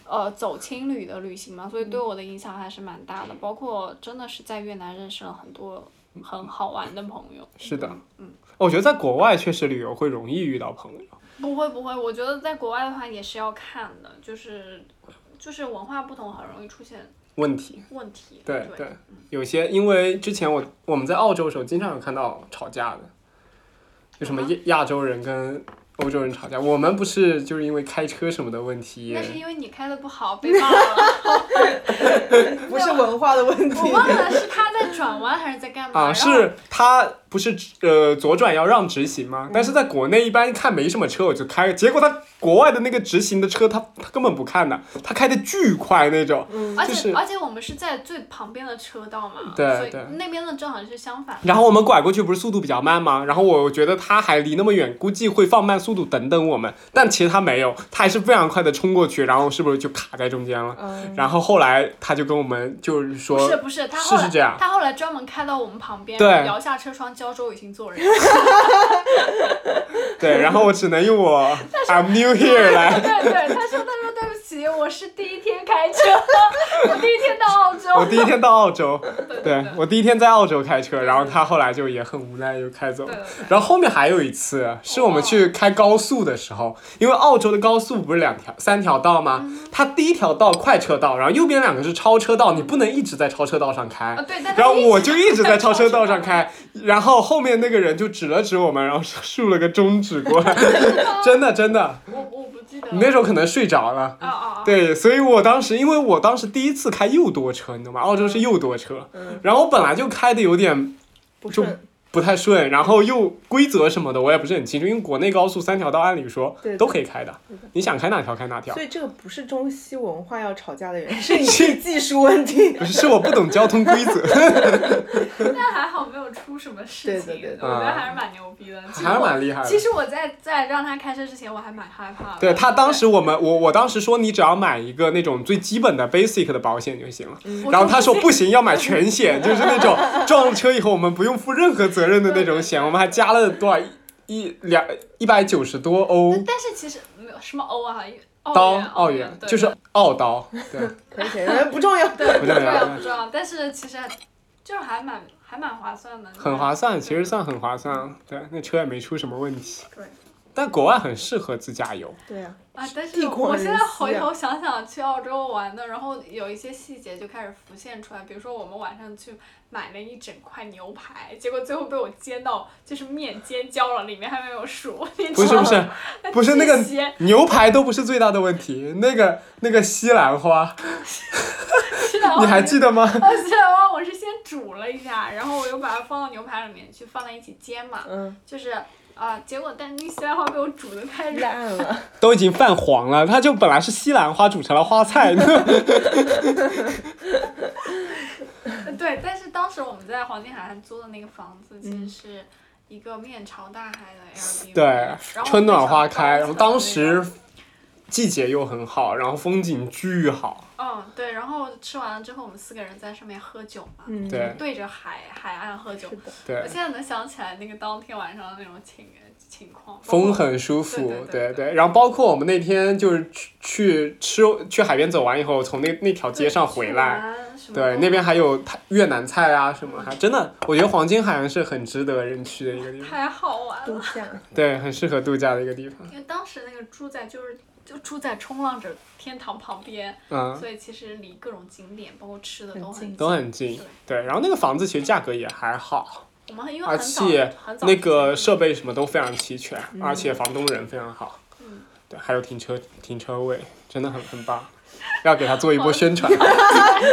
S3: 呃，走呃青旅的旅行嘛，所以对我的影响还是蛮大的。包括真的是在越南认识了很多很好玩的朋友。
S1: 是的，嗯，我觉得在国外确实旅游会容易遇到朋友。
S3: 不会不会，我觉得在国外的话也是要看的，就是就是文化不同很容易出现
S1: 问题，
S3: 问题。
S1: 对
S3: 对
S1: 对，有些因为之前我我们在澳洲的时候，经常有看到吵架的，就什么
S3: 有吗
S1: 亚亚洲人跟欧洲人吵架。我们不是就是因为开车什么的问题
S3: 那
S1: 也，
S3: 是因为你开的不好被骂了，
S2: 不是文化的问题
S3: 我。忘了是他在转弯还是在干嘛。
S1: 啊，
S3: 然后
S1: 是他不是呃左转要让直行吗？但
S3: 嗯
S1: 是在国内一般看没什么车我就开，结果他国外的那个直行的车他他根本不看的，他开的巨快那种。
S3: 嗯而
S1: 就
S3: 且
S1: 是
S3: 而且我们是在最旁边的车道嘛，
S1: 对
S3: 所以
S1: 对
S3: 那边的正好是相反。
S1: 然后我们拐过去不是速度比较慢吗？然后我觉得他还离那么远，估计会放慢速度等等我们，但其实他没有，他还是非常快的冲过去，然后是不是就卡在中间了？
S2: 嗯，
S1: 然后后来他就跟我们就是
S3: 哦不是
S1: 说，
S3: 不是，他
S1: 是
S3: 后来
S1: 是这样
S3: 他后来专门开到我们旁边，
S1: 对
S3: 摇下车窗，胶州已经做人了。
S1: 对，然后我只能用 我 I'm new here 来，
S3: 对对，他说他说对不起，我是第一天开车， 我第一天到澳洲。
S1: 我第一 天到澳洲，
S3: 对对
S1: 对
S3: 对
S1: 我第一天在澳洲开车，然后他后来就也很无奈又开走
S3: 对
S1: 了。
S3: 对
S1: 然后后面还有一次是我们去开高速的时候，因为澳洲的高速不是两条、三条道吗？
S3: 嗯
S1: 它第一条道快车道，然后右边两个是超车道，你不能一直在超车道上
S3: 啊
S1: 开。
S3: 对，但他
S1: 然后我
S3: 一直
S1: 就一直在超车道上开，然后后面那个人就指了指我们，然后竖了个中指过来， 真的真的，
S3: 我我不记得
S1: 你那时候可能睡着了。
S3: 啊啊啊！
S1: 对，所以我当时，因为我当时第一次开右舵车，你懂吗？澳洲是右舵车，
S2: 嗯
S1: 然后我本来就开的有点
S2: 不，
S1: 就是不太顺，然后又规则什么的我也不是很清楚，因为国内高速三条道按理说
S2: 对对
S1: 都可以开的
S2: 对的，
S1: 你想开哪条开哪条
S2: 所。以这个不是中西文化要吵架的 原因，是你是技术问题。
S1: 不是是我不懂交通规则，
S3: 但还好没有出什么事情，
S2: 对对对
S3: 我觉得
S1: 啊
S3: 还是蛮牛逼的。其实
S1: 还是
S3: 我
S1: 蛮厉害的
S3: 其。实我在在让他开车之前，我还蛮害怕的。
S1: 对他当时我们我我当时说你只要买一个那种最基本的 basic 的保险就行了，
S3: 我
S1: 然后
S3: 就
S1: 他
S3: 不
S1: 说
S3: 信
S1: 不行要买全险，就是那 种撞车以后我们不用负任何责任的那种险，我们还加了多少一一两一百九十多
S3: 但
S1: 欧
S3: 但是其实没有什么欧啊，澳
S1: 刀
S3: 元
S1: 澳
S3: 元
S1: 元，
S3: 对
S1: 就是
S3: 对
S1: 澳 刀，对，
S2: 可以可以， 不重要。
S3: 对
S1: 不
S3: 不
S1: 重
S3: 重
S1: 要嗯
S3: 要不重要，但是其实就是还蛮还蛮划算的，
S1: 很划算，其实算很划算，啊对，那车也没出什么问题。
S3: 对
S1: 但国外很适合自驾游，
S2: 对啊，
S3: 啊！但是
S2: 地广
S3: 我
S2: 人
S3: 现在
S2: 稀
S3: 回
S2: 啊
S3: 头想想去澳洲玩的，然后有一些细节就开始浮现出来，比如说我们晚上去买了一整块牛排，结果最后被我煎到就是面煎焦了，里面还没有熟，你
S1: 不
S3: 知
S1: 是
S3: 道
S1: 不是
S3: 吗？
S1: 不是那个
S3: 巨咸
S1: 牛排都不是最大的问题，那个那个西兰花，
S3: 是的，
S1: 你
S3: 我
S1: 还记得吗？
S3: 而且 我我是先煮了一下，然后我又把它放到牛排里面去放在一起煎嘛，
S2: 嗯，
S3: 就是啊、结果但那西兰花被我煮的太软，
S2: 烂了，
S1: 都已经泛黄了，它就本来是西兰花煮成了花菜，
S3: 对，但是当时我们在黄金海岸租的那个房子其实是一个面朝大海的 Airbnb，
S1: 嗯对
S3: 然后，
S1: 春暖花开。
S3: 非
S1: 然后
S3: 常高
S1: 当
S3: 级的那
S1: 时
S3: 种
S1: 季节又很好，然后风景巨好，
S3: 嗯，对，然后吃完了之后，我们四个人在上面喝酒嘛，
S2: 嗯，
S1: 对
S3: 对着海海岸喝酒
S2: 是。的，
S1: 对
S3: 我，现在能想起来那个当天晚上的那种情情况，包
S1: 风
S3: 括
S1: 很舒服，
S3: 对对
S1: 对
S3: 对对
S1: 然后包括我们那天就是去去吃去海边走完以后，从那那条街上回来，，对，那边还有泰越南菜啊什么，还真的，我觉得黄金海岸是很值得人去的一个地方，
S3: 太好玩了。
S2: 度假，
S1: 对，很适合度假的一个地方，
S3: 因为当时那个住在就是就住在冲浪者天堂旁边，
S1: 嗯，
S3: 所以其实离各种景点包括吃的
S2: 很
S3: 都
S2: 近
S1: 都很近，对，然后那个房子其实价格也还好，
S3: 我们因为
S1: 而
S3: 很早
S1: 且
S3: 很早
S1: 那
S3: 之
S1: 个
S3: 前
S1: 设备什么都非常齐全，而且房东人非常好，
S3: 嗯
S1: 对，还有停车停车位，真的很很棒，要给他做一波宣传。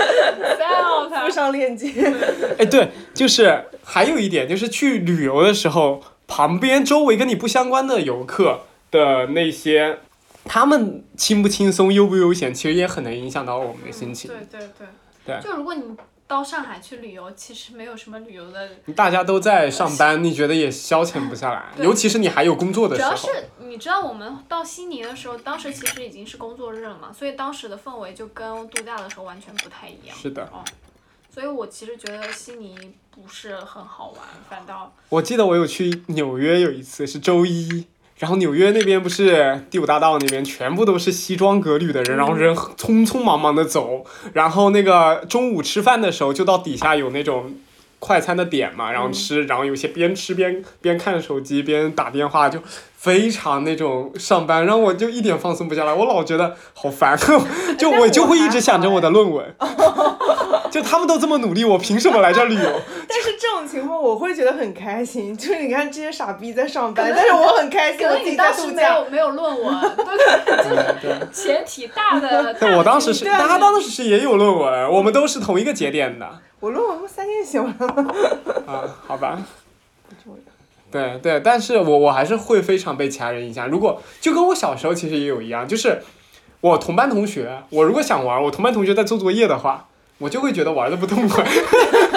S3: sell 它
S2: 附上链接，
S1: 哎，对，就是还有一点，就是去旅游的时候，旁边周围跟你不相关的游客的那些，他们轻不轻松、悠不悠闲，其实也很能影响到我们的心情。
S3: 嗯对对对。
S1: 对
S3: 就如果你到上海去旅游，其实没有什么旅游的，
S1: 大家都在上班，你觉得也消遣不下来，
S3: 对
S1: 尤其是你还有工作的时
S3: 主要
S1: 候
S3: 是。你知道我们到悉尼的时候，当时其实已经是工作日了嘛，所以当时的氛围就跟度假的时候完全不太一样。哦
S1: 是的，
S3: 所以我其实觉得悉尼不是很好玩，反倒
S1: 我记得我有去纽约有一次是周一，然后纽约那边不是第五大道那边全部都是西装革履的人，然后人匆匆忙忙的走，然后那个中午吃饭的时候就到底下有那种。快餐的点嘛，然后吃，然后有些边吃边边看手机边打电话，就非常那种上班，让我就一点放松不下来，我老觉得好烦， 就
S2: 但
S1: 我就会一
S2: 我还
S1: 直想着我的论文，就他们都这么努力，我凭什么来这旅游？
S2: 但是这种情况我会觉得很开心，就是你看这些傻逼在上班，但是我很开心，
S3: 可
S2: 我
S3: 能
S2: 自己
S3: 你
S2: 在
S3: 当时
S2: 度
S3: 没
S2: 假，
S3: 有没有论文， 对，就是
S1: 对。
S3: 前提 大的。大
S1: 对，
S3: 的
S1: 我当时是，
S2: 对啊
S1: 他当时是也有论文，我们都是同一个节点的
S2: 我论文三天写完了，
S1: 啊，好吧，
S2: 不重要
S1: 对对，但是我我还是会非常被其他人影响。如果就跟我小时候其实也有一样，就是我同班同学，我如果想玩，我同班同学在做作业的话，我就会觉得玩的不痛快。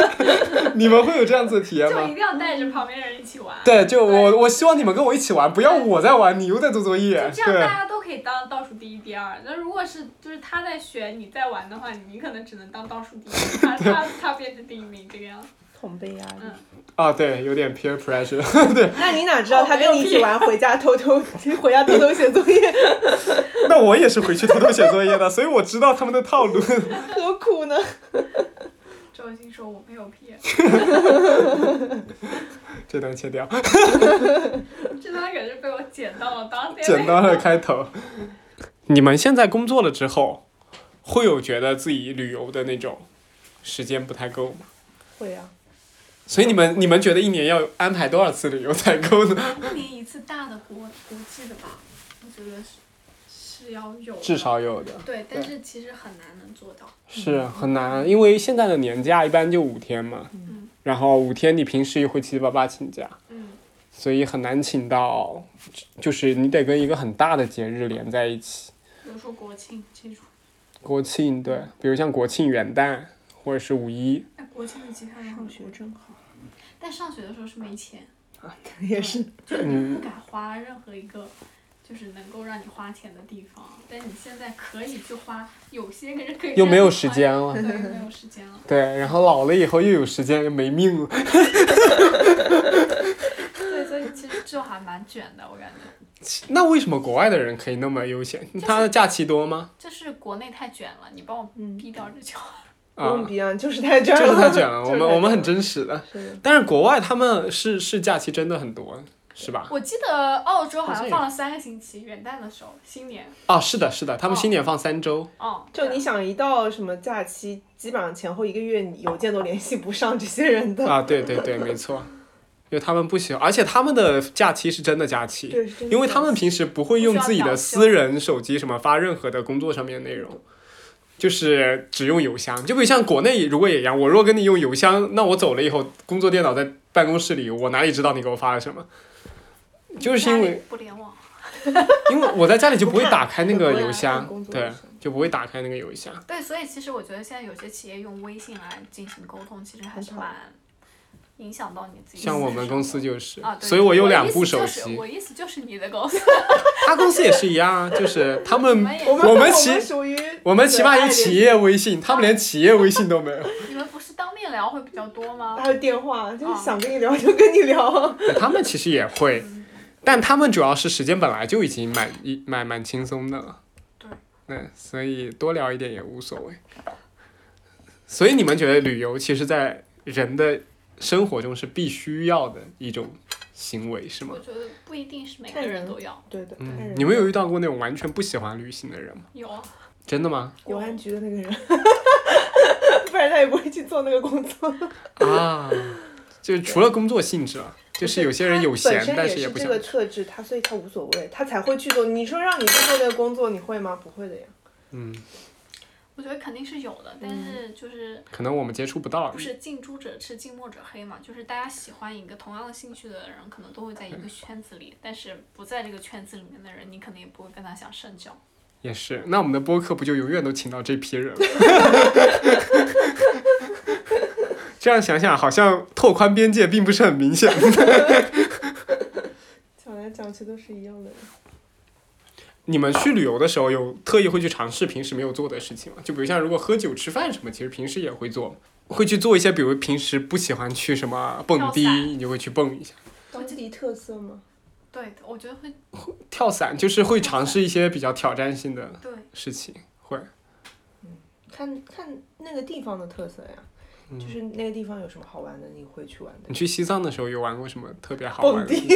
S1: 你们会有这样子的体验
S3: 就一
S1: 吗？
S3: 定要带着旁边人一起玩。
S1: 对，就我我希望你们跟我一起玩，不要我在玩，你又在做作业
S3: 就。这样，
S1: 对
S3: 大，家都可以当倒数第一、第二。那如果是就是他在选，你在玩的话，你可能只能当倒数第一，他他他变成第一名这个样子。
S2: 同辈压力。
S1: 啊，对，有点 peer pressure。
S2: 嗯 那你哪知道他跟你一起玩，回家偷偷回家偷偷写作业，
S1: 那我也是回去偷偷写作业的，所以我知道他们的套路。
S2: 何苦呢？
S3: 周星说我没有骗，
S1: 这段切掉。
S3: 这段可是被我捡到了 当天。
S1: 简单的开头。你们现在工作了之后，会有觉得自己旅游的那种时间不太够吗？
S2: 会啊，
S1: 所以你们你们觉得一年要安排多少次旅游才够呢？
S3: 一年一次大的国国际的吧，我觉得是是要有 的
S1: 至少有的，
S3: 对，但是其实很难能做到。
S1: 是很难，因为现在的年假一般就五天嘛，
S3: 嗯
S1: 然后五天你平时也会七七八八请假，
S3: 嗯，
S1: 所以很难请到，就是你得跟一个很大的节日连在一起，
S3: 比如说国庆这种，
S1: 国庆对，比如像国庆、元旦或者是五一，
S3: 那哎国庆的其他人很多，
S2: 真好，
S3: 但上学的时候是没钱。
S2: 也是
S1: 嗯
S3: 不敢花任何一个就是能够让你花钱的地方，但你现在可以去花，有些人可以
S1: 又没有
S3: 让你
S1: 时
S3: 花，
S1: 间了
S3: 对，。又没有时间了。
S1: 对，然后老了以后又有时间，又没命了。
S3: 对，所以其实就还蛮卷的，我感觉，
S1: 那为什么国外的人可以那么悠闲？他的假期多吗？
S3: 就是国内太卷了，你帮我
S2: 嗯
S3: 逼掉这就好。
S2: 跟我们
S1: 啊
S2: 不，一样，就是太卷
S1: 就是
S2: 了，
S1: 他卷 了，我
S2: 就是
S1: 们
S2: 太
S1: 我们很
S2: 卷
S1: 真实的。
S2: 是的
S1: 但是国外他们是是假期真的很多，是吧？
S3: 我记得澳洲好
S1: 好像
S3: 像
S1: 有
S3: 放了三个星期，元旦的时候，新年，
S1: 啊，是的，是的，他们
S3: 哦
S1: 新年放三周。
S3: 嗯，
S2: 就你想一到什么假期，基本上前后一个月你邮件都联系不上这些人的。
S1: 啊，对对对，没错，因为他们不喜欢，而且他们的假期是真的假期。
S2: 对，是真的
S1: 因为他们平时不会用自己的私人手机什么发任何的工作上面的内容，就是只用邮箱。就比如像国内如果也一样，我如果跟你用邮箱，那我走了以后，工作电脑在办公室里，我哪里知道你给我发了什么？就是因
S3: 啊家
S1: 为
S3: 里 不联网，
S1: 因为我在家里就不会打开那
S2: 不
S1: 个
S2: 看
S1: 邮
S2: 不看工
S1: 箱，
S2: 作
S1: 对
S2: 邮箱，
S1: 就不会打开那个邮箱。
S3: 对，所以其实我觉得现在有些企业用微信来进行沟通，其实还是
S2: 很好
S3: 蛮影响到你自己的
S1: 像
S3: 私
S1: 我们
S3: 生
S1: 公
S3: 活
S1: 司就是，
S3: 啊，对
S1: 所以我有
S3: 的
S1: 两
S3: 意思
S1: 部
S3: 就
S1: 手
S3: 是
S1: 机
S3: 我，意思就是你的公司，
S1: 他公司也是一样啊，就是他
S3: 你
S1: 们
S3: 们也
S2: 我们
S1: 我
S2: 我
S1: 们起
S2: 属于
S1: 我们起码有企
S2: 起，
S1: 业微信，他们连企业微信都没有，
S3: 你们不是当面聊会比较多 吗？
S2: 还有电话，就是
S3: 啊
S2: 想跟你聊就跟你聊。
S1: 对他们其实也会，但他们主要是时间本来就已经蛮一蛮蛮轻松的了，
S3: 对，
S1: 对，所以多聊一点也无所谓。所以你们觉得旅游其实，在人的生活中是必须要的一种行为，是吗
S3: 我？觉得不一定是每个
S2: 看
S3: 人
S2: 人
S3: 都要。
S2: 对的，看
S1: 嗯，
S2: 人
S1: 你们有遇到过那种完全不喜欢旅行的人吗？
S3: 有啊，
S1: 真的吗？
S2: 国安局的那个人， 不然他也不会去做那个工作。
S1: 啊，就是除了工作性质啊，就是有些人有闲
S2: 他，本
S1: 但
S2: 身
S1: 也
S2: 也
S1: 不
S2: 这
S1: 想
S2: 个。特质，他所以他无所谓，他才会去做。你说让你去做那个工作，你会吗？不会的呀。
S1: 嗯，
S3: 我觉得肯定是有的，
S2: 嗯
S3: 但是就是
S1: 可能我们接触不到
S3: 不。是近朱者赤，近墨者黑嘛？就是大家喜欢一个同样的兴趣的人，可能都会在一个圈子里，但是不在这个圈子里面的人，你肯定也不会跟他想深交。
S1: 也是，那我们的播客不就永远都请到这批人了？这样想想，好像拓宽边界并不是很明显。
S2: 讲来讲去都是一样的人。
S1: 你们去旅游的时候，有特意会去尝试平时没有做的事情吗？就比如像如果喝酒、吃饭什么，其实平时也会做，会去做一些，比如平时不喜欢去什么蹦迪，
S3: 跳伞
S1: 你就会去蹦一下。
S2: 当地特色吗？
S3: 对，我觉得会
S1: 跳伞就是会尝试一些比较挑战性的
S3: 对。
S1: 事情，会。
S2: 看看那个地方的特色呀，
S1: 嗯
S2: 就是那个地方有什么好玩的，你会去玩的
S1: 你。去西藏的时候有玩过什么特别好玩
S2: 蹦
S1: 的？
S2: 迪，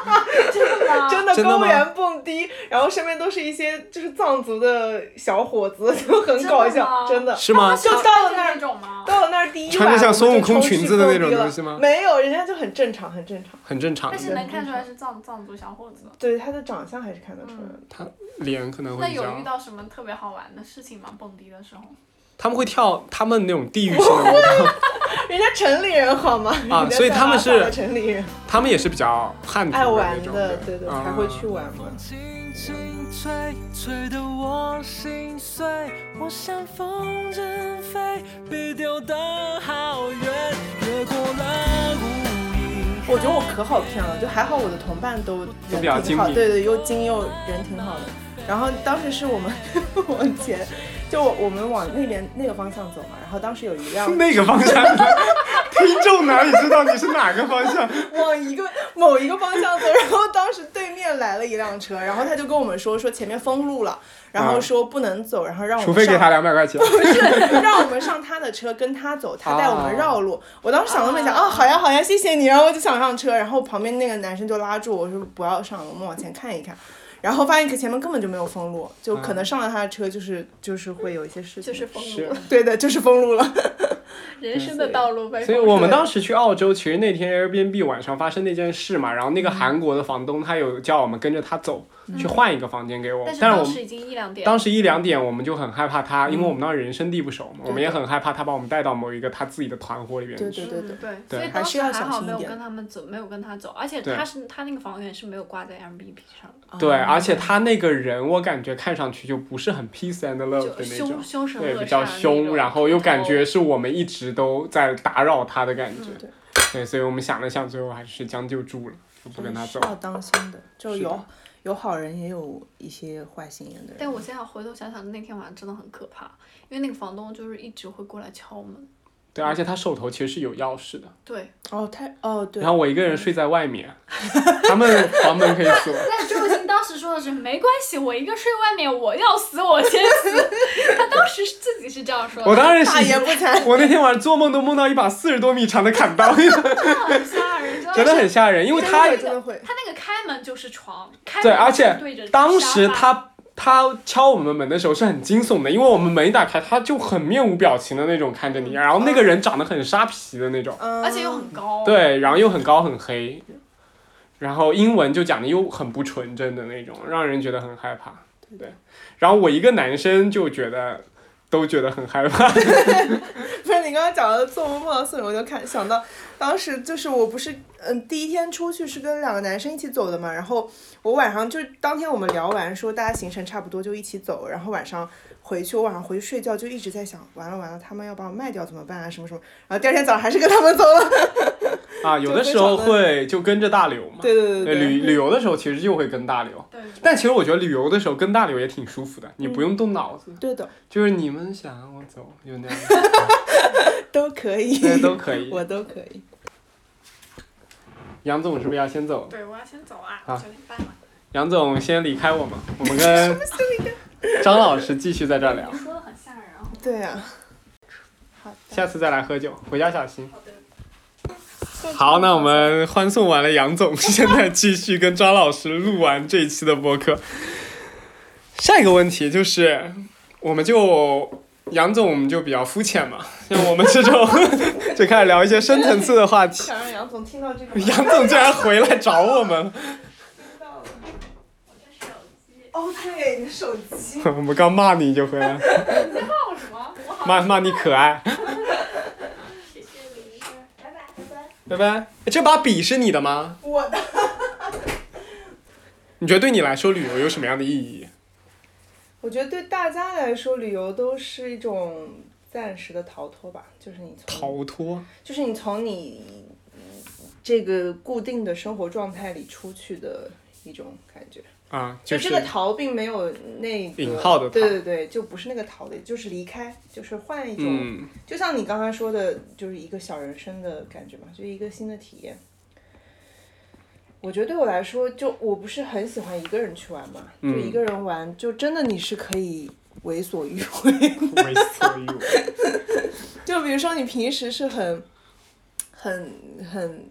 S2: 真的
S1: 真的吗
S2: 公园蹦迪，然后身边都是一些就是藏族的小伙子， 就很搞笑，真
S3: 真
S2: 的。
S1: 是 吗？
S2: 就到了那
S3: 那
S2: 儿，
S3: 种吗？
S2: 到了那儿第一晚，
S1: 穿着像孙悟
S2: 我
S1: 空
S2: 们就冲
S1: 裙子的那种
S2: 去蹦迪了
S1: 东西吗？
S2: 没有，人家就很正常，很正常。
S1: 很正常
S3: 但是
S1: 的，
S3: 能看出来是 藏藏族小伙子。
S2: 对他的长相还是看得出来
S1: 嗯
S2: 的。
S1: 脸可能会
S3: 那
S1: 比
S3: 有遇
S1: 较。
S3: 到什么特别好玩的事情吗？蹦迪的时候，
S1: 他们会跳他们那种地域性的舞蹈，
S2: 人家城里人好吗？
S1: 啊
S2: 人家
S1: 所以他们
S2: 在拉萨的
S1: 是
S2: 城里人，
S1: 他们也是比较汉族
S2: 爱
S1: 的
S2: 哎玩
S1: 那种
S2: 的，对对，才会去。
S1: 啊
S2: 玩嘛
S4: 风。轻轻吹，吹得我心碎。我像风筝飞，被丢得好远，越过了无垠。
S2: 我觉得我可好骗了，就还好我的同伴都
S1: 比较
S2: 人
S1: 精
S2: 挺好，
S1: 明
S2: 对对，又精又人挺好的。然后当时是我们 往前，就我我们往那边那个方向走嘛，然后当时有一辆
S1: 那个方向，听众哪里知道你是哪个方 向？
S2: 往一个某一个方向走，然后当时对面来了一辆车，然后他就跟我们说说前面封路了，然后说不能走，然后让我
S1: 啊除
S2: 们
S1: 非给
S2: 上
S1: 他两百块钱。
S2: 让我们上他的车，跟他走，他带我们绕路。我当时想都没想，
S3: 啊
S2: 啊，好呀好呀，谢谢你。然后我就想上车，然后旁边那个男生就拉住我说不要上了，我们往前看一看。然后发现可前面根本就没有封路，就
S1: 嗯
S2: 可能上了他的车就是就是会有一些事情，
S3: 就是风
S1: 是
S3: 路，
S2: 对的，就是封路了。
S3: 人生的道路被
S1: 所以
S3: 封
S1: 我们
S2: 对
S1: 当时去澳洲，其实那天 Airbnb 晚上发生那件事嘛，然后那个韩国的房东他有叫我们跟着他走，去换一个房间给我
S3: 但
S2: 嗯
S1: 们，
S3: 是
S1: 但是我
S3: 当
S1: 们
S3: 时已经一两点了，
S1: 当时一两点我们就很害怕他，因为我们当时人生地不熟嘛，我们也很害怕他把我们带到某一个他自己的团伙里面
S2: 嗯对
S1: 去。
S2: 对对对
S3: 嗯，对，
S1: 对
S3: 所以
S2: 还
S3: 当
S2: 是
S3: 时
S2: 要
S3: 还
S2: 小
S3: 好
S2: 心
S3: 没
S2: 一
S3: 有
S2: 点
S3: 跟他们走，没有跟他走，而且
S1: 对
S3: 他是他那个房源是没有挂在 Airbnb 上的，
S1: 对，啊而且他那个人，我感觉看上去就不是很 peace and love
S3: 就
S1: 的那种
S3: 凶，凶神恶煞
S1: 哦对，
S3: 的
S1: 比较
S3: 那
S1: 凶，
S3: 种哦
S1: 然后又感觉
S3: 然
S1: 是我们一直都在打扰他的
S3: 嗯
S1: 感觉
S2: 对。
S1: 对，所以我们想了想，最后还是将就住了，就不跟他走
S2: 是。要当心的，就是
S1: 的
S2: 有有好人也有一些坏心眼的人。
S3: 但我现在回头想想，那天晚上真的很可怕，因为那个房东就是一直会过来敲门，
S1: 对，而且他手头其实是有钥匙的，
S3: 对，
S2: 哦，太哦对
S1: 然，后我一个人睡在外面，他们房门可以 锁。
S3: 但是周星当时说的是没关系，我一个睡外面，我要死我先死， 他当时是自己是这样说的，
S1: 我当然
S2: 大
S1: 是
S2: 言不惭。
S1: 我那天晚上做梦都梦到一把四十多米长的砍刀，
S3: 很吓人，
S1: 真的很吓人，因为他
S2: 真的会真的会，
S3: 他那个开门就是床，开门
S1: 对，而且
S3: 就是对着
S1: 当时
S3: 沙发
S1: 他他敲我们门的时候是很惊悚的，因为我们门一打开，他就很面无表情的那种看着你，然后那个人长得很沙皮的那种，
S2: 嗯，
S3: 而且又很高，，
S1: 对，然后又很高很黑，然后英文就讲的又很不纯正的那种，让人觉得很害怕。对，然后我一个男生就觉得都觉得很害怕，
S2: 不是你刚刚讲的做梦梦到四种，我就看想到当时就是我不是嗯第一天出去是跟两个男生一起走的嘛，然后我晚上就是当天我们聊完说大家行程差不多就一起走，然后晚上回去我晚上回去睡觉就一直在想完了完了他们要把我卖掉怎么办啊什么什么，然后第二天早上还是跟他们走了，
S1: 啊，有的时候会就跟着大流嘛。
S2: 对对对
S1: 对
S2: 对
S1: 旅旅游的时候其实就会跟大流，
S3: 对，
S1: 但其实我觉得旅游的时候跟大流也挺舒服的，你
S2: 嗯
S1: 不用动脑子，
S2: 对的，
S1: 就是你们想让我走就那样，
S2: 都可以，
S1: 对都可以。
S2: 我都可以。
S1: 杨总是不是要先走？
S3: 对，我要先走啊，
S1: 好
S3: 九点半了。
S1: 杨总先离开我们，我们跟张老师继续在这儿聊
S3: 你，说的很吓人啊。
S2: 对啊，好的，
S1: 下次再来喝酒，回家小心。
S3: 好的，
S1: 好，那我们欢送完了杨总，现在继续跟张老师录完这一期的播客。下一个问题就是，我们就杨总我们就比较肤浅嘛，像我们这种 就开始聊一些深层次的话
S2: 不
S1: 题。
S2: 想让杨总听到这个，
S1: 杨总竟然回来找我们了，
S2: 听到了。
S3: 我的手机
S2: 哦，对，你的手 机。
S1: 我们刚骂你就回来了，
S3: 报什么？我好
S1: 骂骂你可爱，
S3: 谢谢你，拜拜拜 拜。
S1: 拜拜。这把笔是你的吗？
S2: 我的
S1: 你觉得对你来说旅游有什么样的意义？
S2: 我觉得对大家来说，旅游都是一种暂时的逃脱吧，就是你从，
S1: 逃脱，
S2: 就是你从你嗯这个固定的生活状态里出去的一种感觉。
S1: 啊，就
S2: 这个
S1: 是
S2: 逃并没有那个
S1: 引号的逃
S2: 对对对，就不是那个逃的，就是离开，就是换一种，
S1: 嗯，
S2: 就像你刚刚说的，就是一个小人生的感觉嘛，就是一个新的体验。我觉得对我来说，就我不是很喜欢一个人去玩嘛，就
S1: 嗯
S2: 一个人玩，就真的你是可以为所欲为。
S1: 为所欲为。
S2: 就比如说你平时是很、很、很，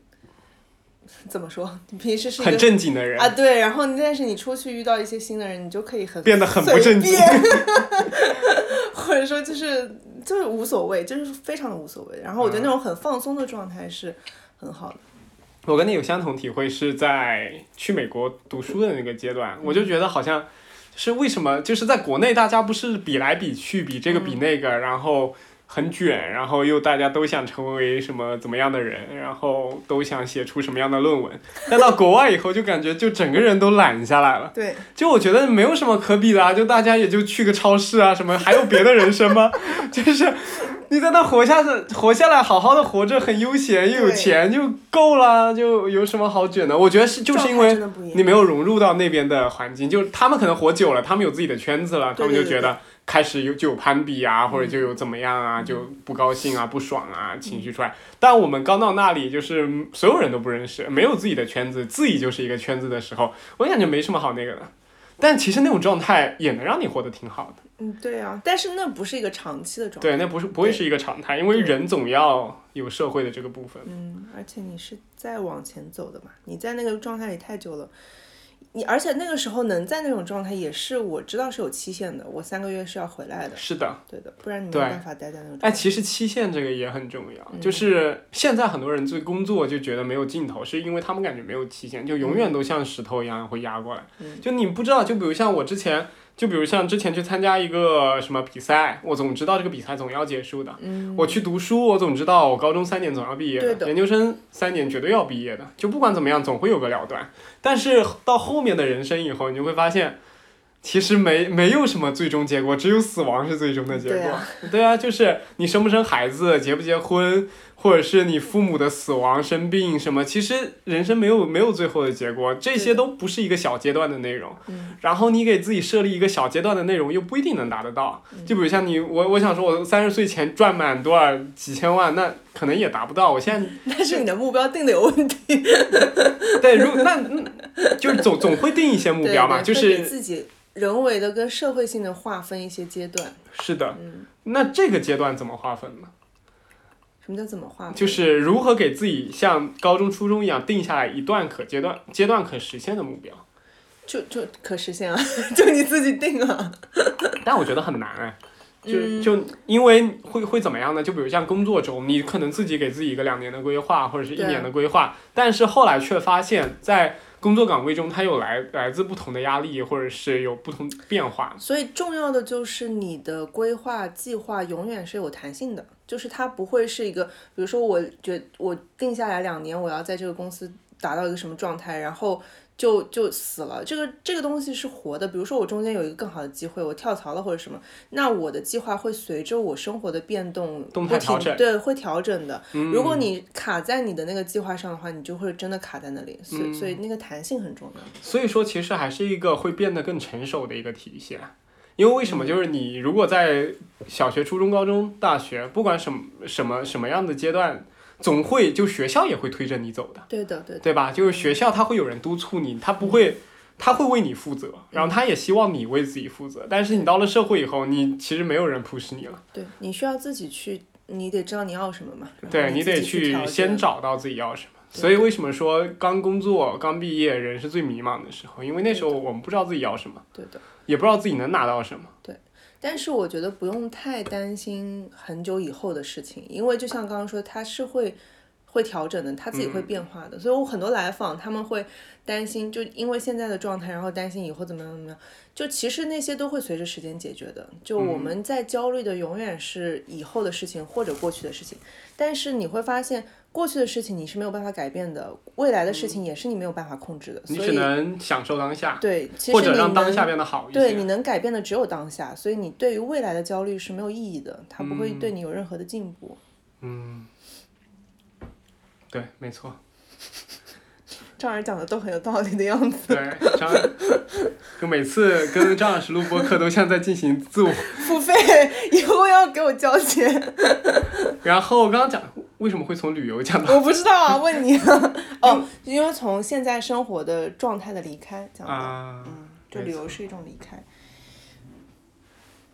S2: 怎么说？你平时是一
S1: 很
S2: 个
S1: 正经的人
S2: 啊，对，然后你但是你出去遇到一些新的人，你就可以很
S1: 变得很不正经
S2: 随便，或者说就是就是无所谓，就是非常的无所谓。然后我觉
S1: 嗯
S2: 得那种很放松的状态是很好的。
S1: 我跟你有相同体会，是在去美国读书的那个阶段，我就觉得好像是为什么，就是在国内大家不是比来比去，比这个比那个，然后很卷，然后又大家都想成为什么怎么样的人，然后都想写出什么样的论文，但到国外以后就感觉就整个人都懒下来了。
S2: 对，
S1: 就我觉得没有什么可比的啊，就大家也就去个超市啊，什么还有别的人生 吗？就是你在那活下来，活下来，好好的活着，很悠闲又有
S2: 对
S1: 钱就够了，就有什么好卷的？我觉得是就是因
S2: 状态
S1: 为
S2: 真的不一样
S1: 你没有融入到那边的环境，就是他们可能活久了，他们有自己的圈子了，他
S2: 对
S1: 们
S2: 对
S1: 就
S2: 对
S1: 觉得开始有就有攀比啊，或者就有怎么样
S2: 嗯
S1: 啊，就不高兴啊、不爽啊，情绪出来。但我们刚到那里，就是所有人都不认识，没有自己的圈子，自己就是一个圈子的时候，我感觉没什么好那个的。但其实那种状态也能让你活得挺好的，
S2: 嗯，对啊，但是那不是一个长期的状态。
S1: 对，那不是不会是一个常态，因为人总要有社会的这个部分。
S2: 嗯，而且你是在往前走的嘛，你在那个状态里太久了。你而且那个时候能在那种状态，也是我知道是有期限的，我三个月是要回来的，
S1: 是的，
S2: 对的，不然你没
S1: 对
S2: 有办法待在那种
S1: 哎，
S2: 状态。
S1: 其实期限这个也很重要，
S2: 嗯
S1: 就是现在很多人对工作就觉得没有尽头，是因为他们感觉没有期限，就永远都像石头一样会压过来。
S2: 嗯
S1: 就你不知道，就比如像我之前，就比如像之前去参加一个什么比赛，我总知道这个比赛总要结束的。
S2: 嗯，
S1: 我去读书，我总知道我高中三年总要毕业
S2: 对
S1: 的，
S2: 的
S1: 研究生三年绝对要毕业的，就不管怎么样，总会有个了断。但是到后面的人生以后，你就会发现，其实没没有什么最终结果，只有死亡是最终的结果。
S2: 对啊
S1: 对啊，就是你生不生孩子，结不结婚，或者是你父母的死亡、生病什么，其实人生没有没有最后的结果，这些都不是一个小阶段的内容。
S2: 嗯
S1: 然后你给自己设立一个小阶段的内容，又不一定能达得到。
S2: 嗯
S1: 就比如像你，我我想说，我三十岁前赚满多少几千万，那可能也达不到。我现在
S2: 但是你的目标定的有问题，
S1: 对，如 那那就是总总会定一些目标嘛，
S2: 对对
S1: 就
S2: 会给
S1: 是
S2: 自己人为的跟社会性的划分一些阶段。
S1: 是的。
S2: 嗯，
S1: 那这个阶段怎么划分呢？
S2: 什么叫怎么划分？
S1: 就是如何给自己像高中、初中一样定下来一段可阶段、阶段可实现的目标。
S2: 就就可实现啊， 就你自己定啊。
S1: 但我觉得很难哎，就
S2: 嗯
S1: 就因为会会怎么样呢？就比如像工作中，你可能自己给自己一个两年的规划或者是一
S2: 对
S1: 年的规划，但是后来却发现，在工作岗位中，它有来来自不同的压力，或者是有不同变化。
S2: 所以重要的就是你的规划计划永远是有弹性的，就是它不会是一个，比如说我觉我定下来两年我要在这个公司达到一个什么状态，然后就就死了。这个这个东西是活的，比如说我中间有一个更好的机会，我跳槽了或者什么，那我的计划会随着我生活的变动
S1: 动
S2: 不
S1: 态调
S2: 停
S1: 整
S2: 对，会调整的。
S1: 嗯
S2: 如果你卡在你的那个计划上的话，你就会真的卡在那里，所以、所
S1: 嗯
S2: 以那个弹性很重要。
S1: 所以说，其实还是一个会变得更成熟的一个体现。因为为
S2: 嗯
S1: 什么？就是你如果在小学、初中、高中、大学，不管什么什么什么样的阶段，总会就学校也会推着你走的，
S2: 对的，对的，
S1: 对吧？就是学校他会有人督促你，他不会，他会为你负责，然后他也希望你为自己负责。但是你到了社会以后，你其实没有人 push 你了，
S2: 对你需要自己去，你得知道你要什么嘛。然后
S1: 对
S2: 你
S1: 你
S2: 自己
S1: 得
S2: 去调
S1: 去
S2: 整
S1: 先找到自己要什么。
S2: 对
S1: 所以为什么说刚工作、刚毕业人是最迷茫的时候？因为那时候我们不知道自己要什么，
S2: 对的。
S1: 也不知道自己能拿到什么。
S2: 但是我觉得不用太担心很久以后的事情，因为就像刚刚说，它是会会调整的，它自己
S1: 嗯
S2: 会变化的。所以我很多来访他们会担心，就因为现在的状态，然后担心以后怎么样怎么样。就其实那些都会随着时间解决的。就我
S1: 嗯
S2: 们在焦虑的永远是以后的事情或者过去的事情，但是你会发现过去的事情你是没有办法改变的，未来的事情也是你没有办法控制的。
S1: 嗯你
S2: 所
S1: 只
S2: 以
S1: 能享受当下，
S2: 对，其实
S1: 或者
S2: 你
S1: 让当
S2: 能
S1: 下变得好一啊些。
S2: 对，你能改变的只有当下，所以你对于未来的焦虑是没有意义的，它不会对你有任何的进步。
S1: 嗯，对，没错，
S2: 张儿讲的都很有道理的样子，
S1: 对，张，就每次跟张老师录播课都像在进行自我。
S2: 付费以后要给我交钱，
S1: 然后刚刚讲为什么会从旅游讲到
S2: 我不知道啊，问你啊。哦，因为从现在生活的状态的离开讲的，
S1: 啊？
S2: 嗯，就
S1: 没
S2: 旅游是一种离开。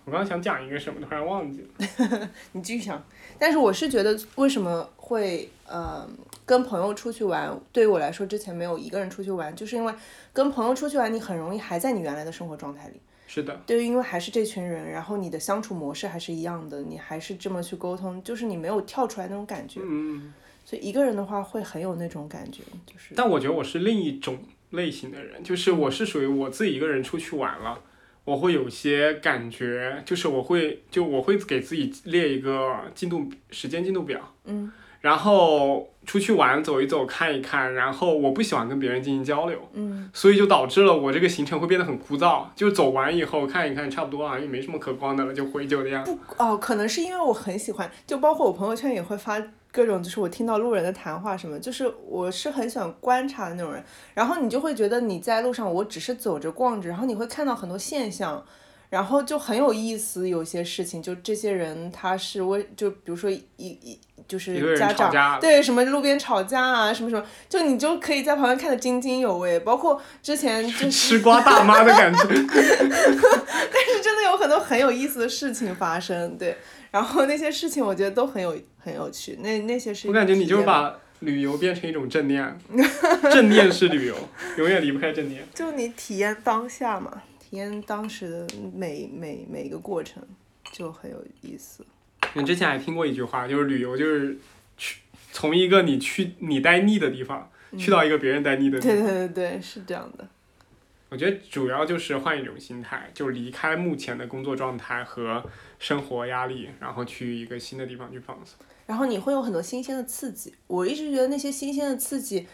S1: 我刚刚想讲一个什么，突然忘记了。
S2: 你继续想。但是我是觉得，为什么会呃跟朋友出去玩？对于我来说，之前没有一个人出去玩，就是因为跟朋友出去玩，你很容易还在你原来的生活状态里。
S1: 是的，
S2: 对，因为还是这群人，然后你的相处模式还是一样的，你还是这么去沟通，就是你没有跳出来那种感觉。
S1: 嗯，
S2: 所以一个人的话会很有那种感觉，就是
S1: 但我觉得我是另一种类型的人，就是我是属于我自己一个人出去玩了。我会有一些感觉，就是我会就我会给自己列一个进度时间进度表，
S2: 嗯
S1: 然后出去玩走一走看一看，然后我不喜欢跟别人进行交流，
S2: 嗯
S1: 所以就导致了我这个行程会变得很枯燥。就走完以后看一看，差不多啊，也没什么可逛的了，就回酒店。
S2: 哦，可能是因为我很喜欢，就包括我朋友圈也会发各种，就是我听到路人的谈话什么，就是我是很喜欢观察的那种人。然后你就会觉得你在路上，我只是走着逛着，然后你会看到很多现象。然后就很有意思，有些事情就这些人他是为就比如说一一就
S1: 一个
S2: 是
S1: 人
S2: 家
S1: 吵
S2: 长
S1: 架
S2: 对，什么路边吵架啊，什么什么，就你就可以在旁边看得津津有味。包括之前就是
S1: 吃瓜大妈的感 觉，
S2: 是 真的有很多很有意思的事情发生，对。然后那些事情我觉得都很有很有趣，那那些是
S1: 我感觉你就是
S2: 体验
S1: 把旅游变成一种正念，正念是旅游，永远离不开正念。
S2: 就你体验当下嘛，体验当时的每每每一个过程就很有意思。
S1: 你之前还听过一句话，就是旅游就是去从一个你去你待腻的地方，去到一个别人待腻的地方。
S2: 嗯对对对对，是这样的。
S1: 我觉得主要就是换一种心态，就离开目前的工作状态和生活压力，然后去一个新的地方去放松。
S2: 然后你会有很多新鲜的刺激。我一直觉得那些新鲜的刺激，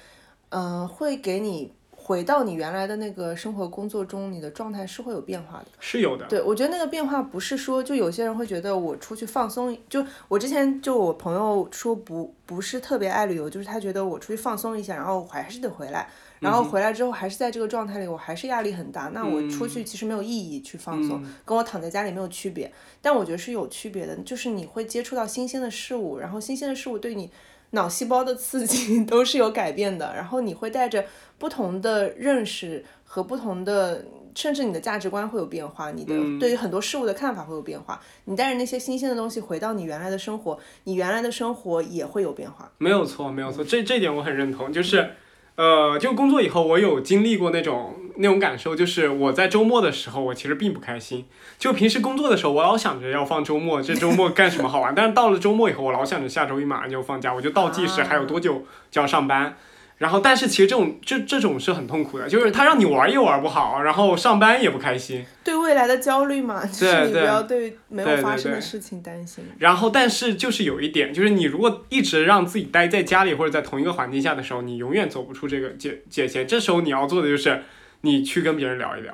S2: 嗯、会给你回到你原来的那个生活工作中，你的状态是会有变化的。
S1: 是有的，
S2: 对，我觉得那个变化不是说，就有些人会觉得我出去放松，就我之前就我朋友说不不是特别爱旅游，就是他觉得我出去放松一下，然后我还是得回来，然后回来之后还是在这个状态里，我还是压力很大，那我出去其实没有意义去放松，跟我躺在家里没有区别，但我觉得是有区别的，就是你会接触到新鲜的事物，然后新鲜的事物对你。脑细胞的刺激 都是有改变的，然后你会带着不同的认识和不同的，甚至你的价值观会有变化，你的
S1: 嗯
S2: 对于很多事物的看法会有变化。你带着那些新鲜的东西回到你原来的生活，你原来的生活也会有变化。
S1: 没有错，没有错，这这点我很认同，就是。呃，就工作以后，我有经历过那种那种感受，就是我在周末的时候，我其实并不开心。就平时工作的时候，我老想着要放周末，这周末干什么好玩？但是到了周末以后，我老想着下周一马上就放假，我就倒计时
S2: 啊
S1: 还有多久就要上班。然后，但是其实这种这这种是很痛苦的，就是他让你玩也玩不好，然后上班也不开心。
S2: 对未来的焦虑嘛，就
S1: 对
S2: 是你不
S1: 对
S2: 要对没
S1: 对
S2: 有
S1: 对
S2: 发生的
S1: 对
S2: 事情担心。
S1: 然后，但是就是有一点，就是你如果一直让自己待在家里或者在同一个环境下的时候，你永远走不出这个界界限。这时候你要做的就是，你去跟别人聊一聊，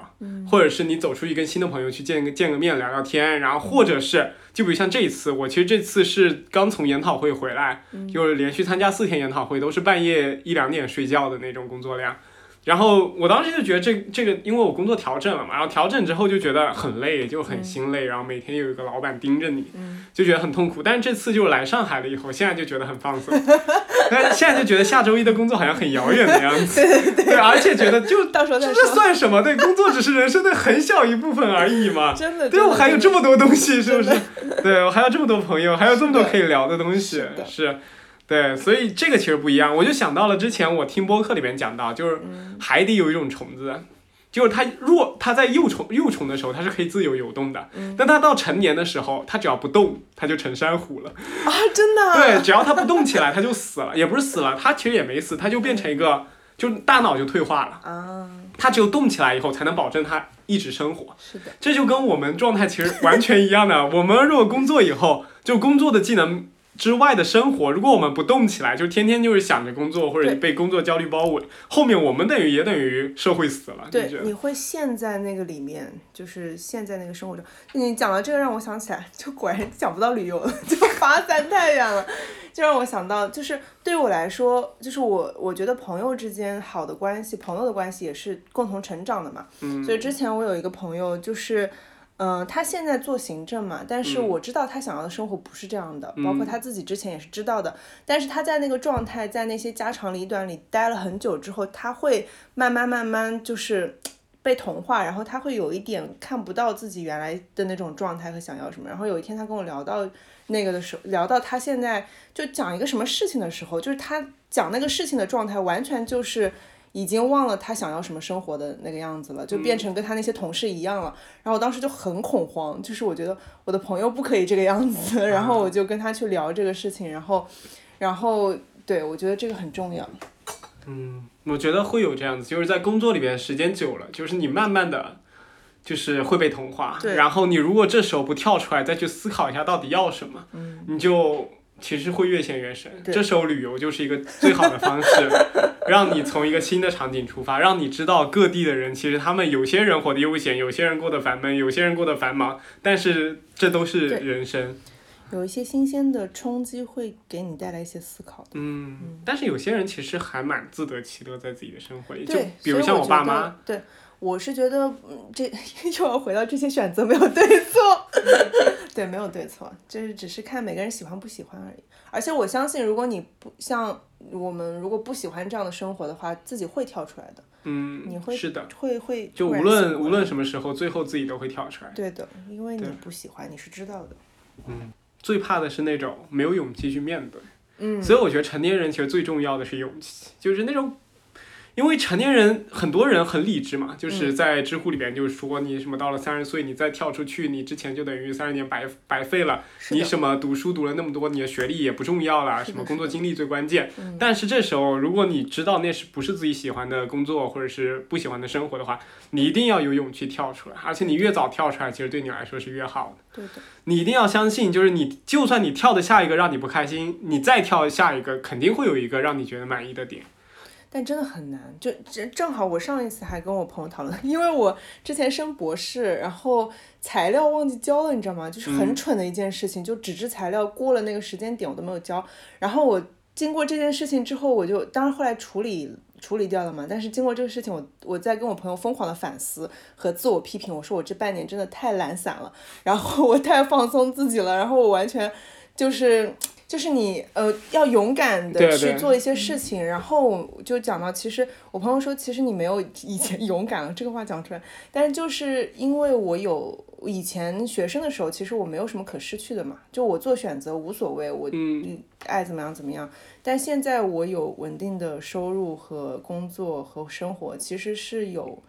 S1: 或者是你走出去跟新的朋友去见个见个面聊聊天，然后或者是就比如像这一次，我其实这次是刚从研讨会回来，就是连续参加四天研讨会，都是半夜一两点睡觉的那种工作量。然后我当时就觉得这这个，因为我工作调整了嘛，然后调整之后就觉得很累，就很心累，然后每天有一个老板盯着你，就觉得很痛苦。但是这次就是来上海了以后，现在就觉得很放松， 但是现在就觉得下周一的工作好像很遥远的样子， 对而且觉得就
S2: 到时候再
S1: 这这
S2: 说。
S1: 算什么？对，工作只是人生的很小一部分而已嘛。
S2: 真的，
S1: 对，
S2: 真
S1: 我
S2: 的
S1: 还有
S2: 真
S1: 这
S2: 的
S1: 么多东西，是不是？ 对我还有这么多朋友，还有这么多可以聊的东西
S2: 是，的
S1: 是，对，所以这个其实不一样。我就想到了之前我听播客里面讲到，就是
S2: 嗯
S1: 海底有一种虫子，就是它若它在幼虫幼虫的时候，它是可以自由游动的，
S2: 嗯
S1: 但它到成年的时候，它只要不动，它就成珊瑚了。
S2: 啊，真的啊、
S1: 对，只要它不动起来，它就死了，也不是死了，它其实也没死，它就变成一个，就大脑就退化了。
S2: 啊，
S1: 它只有动起来以后，才能保证它一直生活。
S2: 是的，
S1: 这就跟我们状态其实完全一样的。我们如果工作以后，就工作的技能之外的生活，如果我们不动起来，就天天就是想着工作或者
S2: 对
S1: 被工作焦虑包围，后面我们等于也等于社会死了。你觉
S2: 对，
S1: 得
S2: 你会陷在那个里面，就是陷在那个生活中。你讲到这个，让我想起来，就果然讲不到旅游了， 就发散太远了。就让我想到，就是对我来说，就是我我觉得朋友之间好的关系，朋友的关系也是共同成长的嘛。嗯。所以之前我有一个朋友，就是。嗯、他现在做行政嘛，但是我知道他想要的生活不是这样的，包括他自己之前也是知道的。但是他在那个状态，在那些家长里短里待了很久之后，他会慢慢慢慢就是被同化，然后他会有一点看不到自己原来的那种状态和想要什么。然后有一天他跟我聊到那个的时候，聊到他现在就讲一个什么事情的时候，就是他讲那个事情的状态，完全就是已经忘了他想要什么生活的那个样子了，就变成跟他那些同事一样了。然后我当时就很恐慌，就是我觉得我的朋友不可以这个样子。然后我就跟他去聊这个事情，然后，然后对我觉得这个很重要。
S1: 我觉得会有这样子，就是在工作里边时间久了，就是你慢慢的。就是会被同化，
S2: 对
S1: 然后你如果这时候不跳出来，再去思考一下到底要什么，你就其实会越陷越深。
S2: 嗯对
S1: 这时候旅游就是一个最好的方式， 让你从一个新的场景出发，让你知道各地的人，其实他们有些人活得悠闲，有些人过得烦闷，有些人过得繁忙，但是这都是
S2: 对
S1: 人生。
S2: 有一些新鲜的冲击会给你带来一些思考的。
S1: 嗯，但是有些人其实还蛮自得其乐在自己的生活里，就
S2: 对，
S1: 比
S2: 所
S1: 如
S2: 以
S1: 像
S2: 我
S1: 我
S2: 觉
S1: 爸
S2: 得
S1: 妈，。
S2: 对，我是觉得，嗯，这 又要回到这些选择没有对错。 对，没有对错，就是只是看每个人喜欢不喜欢而已。而且我相信，如果你不像我们，如果不喜欢这样的生活的话，自己会跳出来的，
S1: 嗯，
S2: 你会
S1: 是的，
S2: 会会
S1: 就无
S2: 突然喜
S1: 论
S2: 欢
S1: 无论什么时候，最后自己都会跳出来。
S2: 对的，因为你
S1: 对
S2: 不喜欢，你是知道的。
S1: 最怕的是那种没有勇气去面对。
S2: 嗯，
S1: 所以我觉得成年人其实最重要的是勇气，就是那种，因为成年人很多人很理智嘛，
S2: 嗯
S1: 就是在知乎里边就是说你什么到了三十岁你再跳出去，你之前就等于三十年白白费了，
S2: 是
S1: 你
S2: 的
S1: 什么读书读了那么多，你的学历也不重要了，什
S2: 是的
S1: 么
S2: 是
S1: 工作
S2: 的
S1: 经历最关键
S2: 嗯。
S1: 但是这时候如果你知道那是不是自己喜欢的工作或者是不喜欢的生活的话，你一定要有勇气跳出来，而且你越早跳出来，其实对你来说是越好的。
S2: 对的，
S1: 你一定要相信，就是你，就算你跳的下一个让你不开心，你再跳下一个，肯定会有一个让你觉得满意的点。
S2: 但真的很难，就正正好我上一次还跟我朋友讨论，因为我之前升博士，然后材料忘记交了，你知道吗？就是
S1: 嗯
S2: 很蠢的一件事情，就纸质材料过了那个时间点我都没有交，然后我经过这件事情之后，我就当然后来处理处理掉了嘛，但是经过这个事情我，我在跟我朋友疯狂的反思和自我批评，我说我这半年真的太懒散了，然后我太放松自己了，然后我完全就是。就是你呃，要勇敢
S1: 对
S2: 的
S1: 对
S2: 去做一些事情，然后就讲到，其实我朋友说，其实你没有以前 勇敢了，这个话讲出来，但是就是因为我有以前学生的时候，其实我没有什么可失去的嘛，就我做选择无所谓，我嗯爱怎么样怎么样。但现在我有稳定的收入和工作和生活，其实是有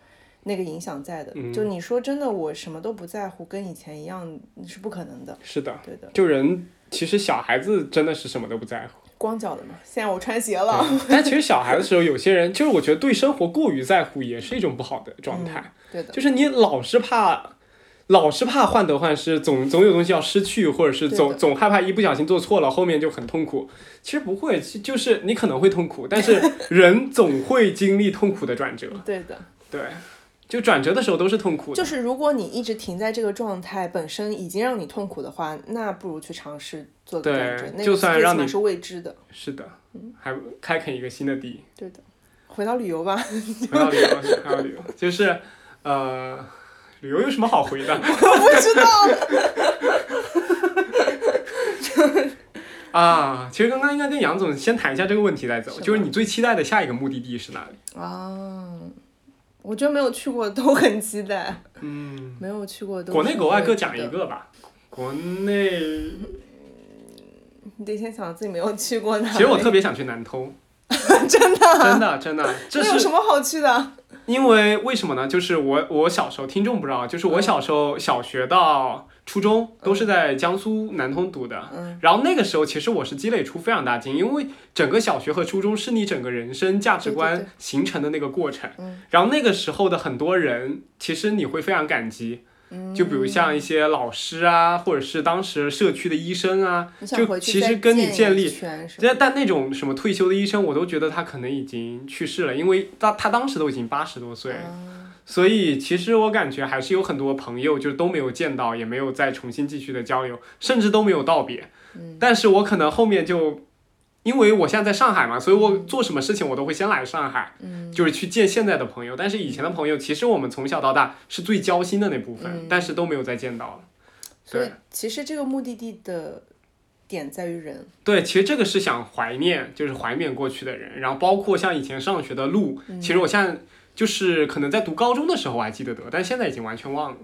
S2: 那个影响在的。就
S1: 嗯
S2: 你说真的，我什么都不在乎，跟以前一样是不可能的。
S1: 是的，
S2: 对的，
S1: 就人其实小孩子真的是什么都不在乎，
S2: 光脚的嘛，现在我穿鞋了。
S1: 但其实小孩的时候，有些人就是我觉得对生活过于在乎，也是一种不好的状态。
S2: 对的，
S1: 就是你老是怕，老是怕患得患失，总总有东西要失去，或者是
S2: 对
S1: 总
S2: 的
S1: 总害怕一不小心做错了，后面就很痛苦。其实不会，其就是你可能会痛苦，但 是人总会经历痛苦的转折。
S2: 对的，
S1: 对，就转折的时候都是痛苦的。
S2: 就是如果你一直停在这个状态，本身已经让你痛苦的话，那不如去尝试做个
S1: 对
S2: 转折。那
S1: 就
S2: 个
S1: 算
S2: 最起
S1: 让
S2: 码
S1: 你
S2: 是未知的。
S1: 是的，
S2: 嗯
S1: 还开垦一个新的地。
S2: 对的，回到旅游吧。
S1: 很有理由，很有理由，就是呃，旅游有什么好回的？ 我不知道。啊，其实刚刚应该跟杨总先谈一下这个问题再走，
S2: 是吗
S1: 就是你最期待的下一个目的地是哪里？
S2: 啊，我觉得没有去过都很期待，
S1: 嗯，
S2: 没有去过都
S1: 国内
S2: 是
S1: 国外
S2: 未
S1: 各
S2: 知
S1: 讲一
S2: 的。
S1: 个吧。国内，
S2: 你得先想自己没有去过哪里。
S1: 其实我特别想去南通，
S2: 真的啊，
S1: 真的真的，这
S2: 那有什
S1: 是
S2: 么好去的？
S1: 因为为什么呢？就是我我小时候，听众不知道，就是
S2: 嗯
S1: 我小时候小学到初中都是在江苏南通读的，
S2: 嗯，
S1: 然后那个时候，其实我是积累出非常大经验，因为整个小学和初中是你整个人生价值
S2: 对对
S1: 观
S2: 对
S1: 形成的那个过程。
S2: 嗯
S1: 然后那个时候的很多人，其实你会非常感激，
S2: 嗯
S1: 就比如像一些老师啊，或者是当时社区的医生啊，
S2: 你想
S1: 就
S2: 回去
S1: 其
S2: 再
S1: 实跟你
S2: 一
S1: 建立
S2: 圈是吧
S1: 但但那种什么退休的医生，我都觉得他可能已经去世了，因为他他当时都已经八十多岁了，
S2: 啊
S1: 所以其实我感觉还是有很多朋友就都没有见到，也没有再重新继续的交流，甚至都没有道别。
S2: 嗯
S1: 但是我可能后面就，因为我现在在上海嘛，所以我做什么事情我都会先来上海，
S2: 嗯
S1: 就是去见现在的朋友。但是以前的朋友，其实我们从小到大是最交心的那部分，
S2: 嗯
S1: 但是都没有再见到了。
S2: 所以
S1: 对
S2: 其实这个目的地的点在于人，
S1: 对，其实这个是想怀念，就是怀缅过去的人，然后包括像以前上学的路，其实我现在就是可能在读高中的时候我还记得得，但现在已经完全忘了。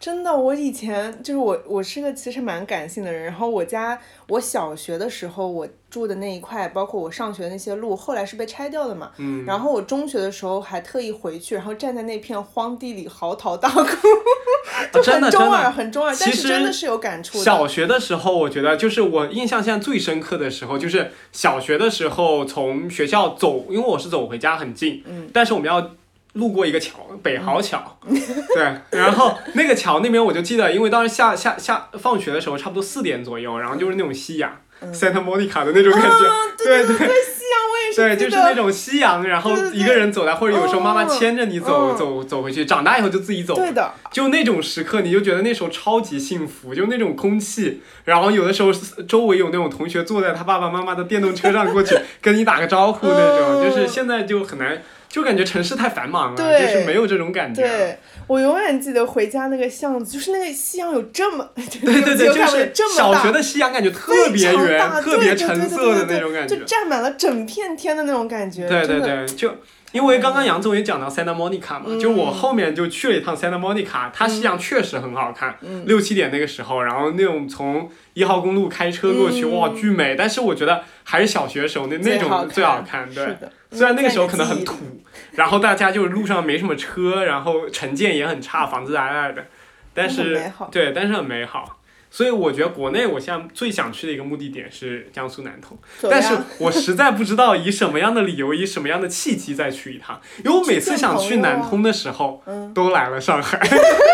S2: 真的，我以前就是我，我是个其实蛮感性的人。然后我家，我小学的时候我住的那一块，包括我上学的那些路，后来是被拆掉的嘛。
S1: 嗯，
S2: 然后我中学的时候还特意回去，然后站在那片荒地里嚎啕大哭，
S1: 啊真的
S2: 哎
S1: 真
S2: 很中二，
S1: 的。
S2: 很中二，
S1: 其
S2: 但是
S1: 实
S2: 真的是有感触的。
S1: 小学的时候，我觉得就是我印象现在最深刻的时候，就是小学的时候从学校走，因为我是走回家很近，
S2: 嗯，
S1: 但是我们要路过一个桥，北壕桥， 对，然后那个桥那边我就记得，因为当时下下下放学的时候，差不多四点左右，然后就是那种夕阳、
S2: 嗯啊
S1: Santa Monica 的那种感觉，对对对，夕阳我也是，对，
S2: 记
S1: 就是
S2: 得
S1: 那种夕阳，然后
S2: 对对对
S1: 一个人走的，或者有时候妈妈
S2: 嗯
S1: 牵着你走、
S2: 嗯
S1: 走走回去，长大以后就自己走，
S2: 对的，
S1: 就那种时刻，你就觉得那时候超级幸福，就那种空气，然后有的时候是周围有那种同学坐在他爸爸妈妈的电动车上过去跟你打个招呼那种，
S2: 嗯
S1: 就是现在就很难，就感觉城市太繁忙了，
S2: 对
S1: 就是没有这种感觉。啊
S2: 对我永远记得回家那个巷子，就是那个夕阳有这么， 对
S1: 对对对，就
S2: 不起我感觉
S1: 是
S2: 这么
S1: 小
S2: 大
S1: 学的夕阳，感觉特
S2: 非
S1: 别
S2: 常
S1: 圆、
S2: 大
S1: 特别橙色的那种感
S2: 就
S1: 觉。
S2: 占满了整片天的那种感觉。
S1: 对对
S2: 真的，
S1: 对，就因为刚刚杨总也讲到 Santa Monica 嘛，
S2: 嗯
S1: 就我后面就去了一趟 Santa Monica，它夕阳确实很好看，
S2: 嗯
S1: 六七点那个时候，然后那种从一号公路开车过去，
S2: 嗯
S1: 哇，巨美！但是我觉得还是小学时候那那
S2: 最好
S1: 种
S2: 看
S1: 最好看，
S2: 是
S1: 对。
S2: 的。
S1: 虽然那个
S2: 嗯
S1: 时候可能很，
S2: 在
S1: 土
S2: 你的记，
S1: 然后大家就是路上没什么车，然后城建也很差，房子矮矮的，但
S2: 很
S1: 是
S2: 美好
S1: 对，但是很美好。所以我觉得国内我现在最想去的一个目的点是江苏南通。
S2: 忆里
S1: 但
S2: 怎
S1: 是
S2: 么样
S1: 我实在不知道以什么样的理由，以什么样的契机再去一 趟，因为我每次想去南通的时候，
S2: 嗯，
S1: 都来了上 海，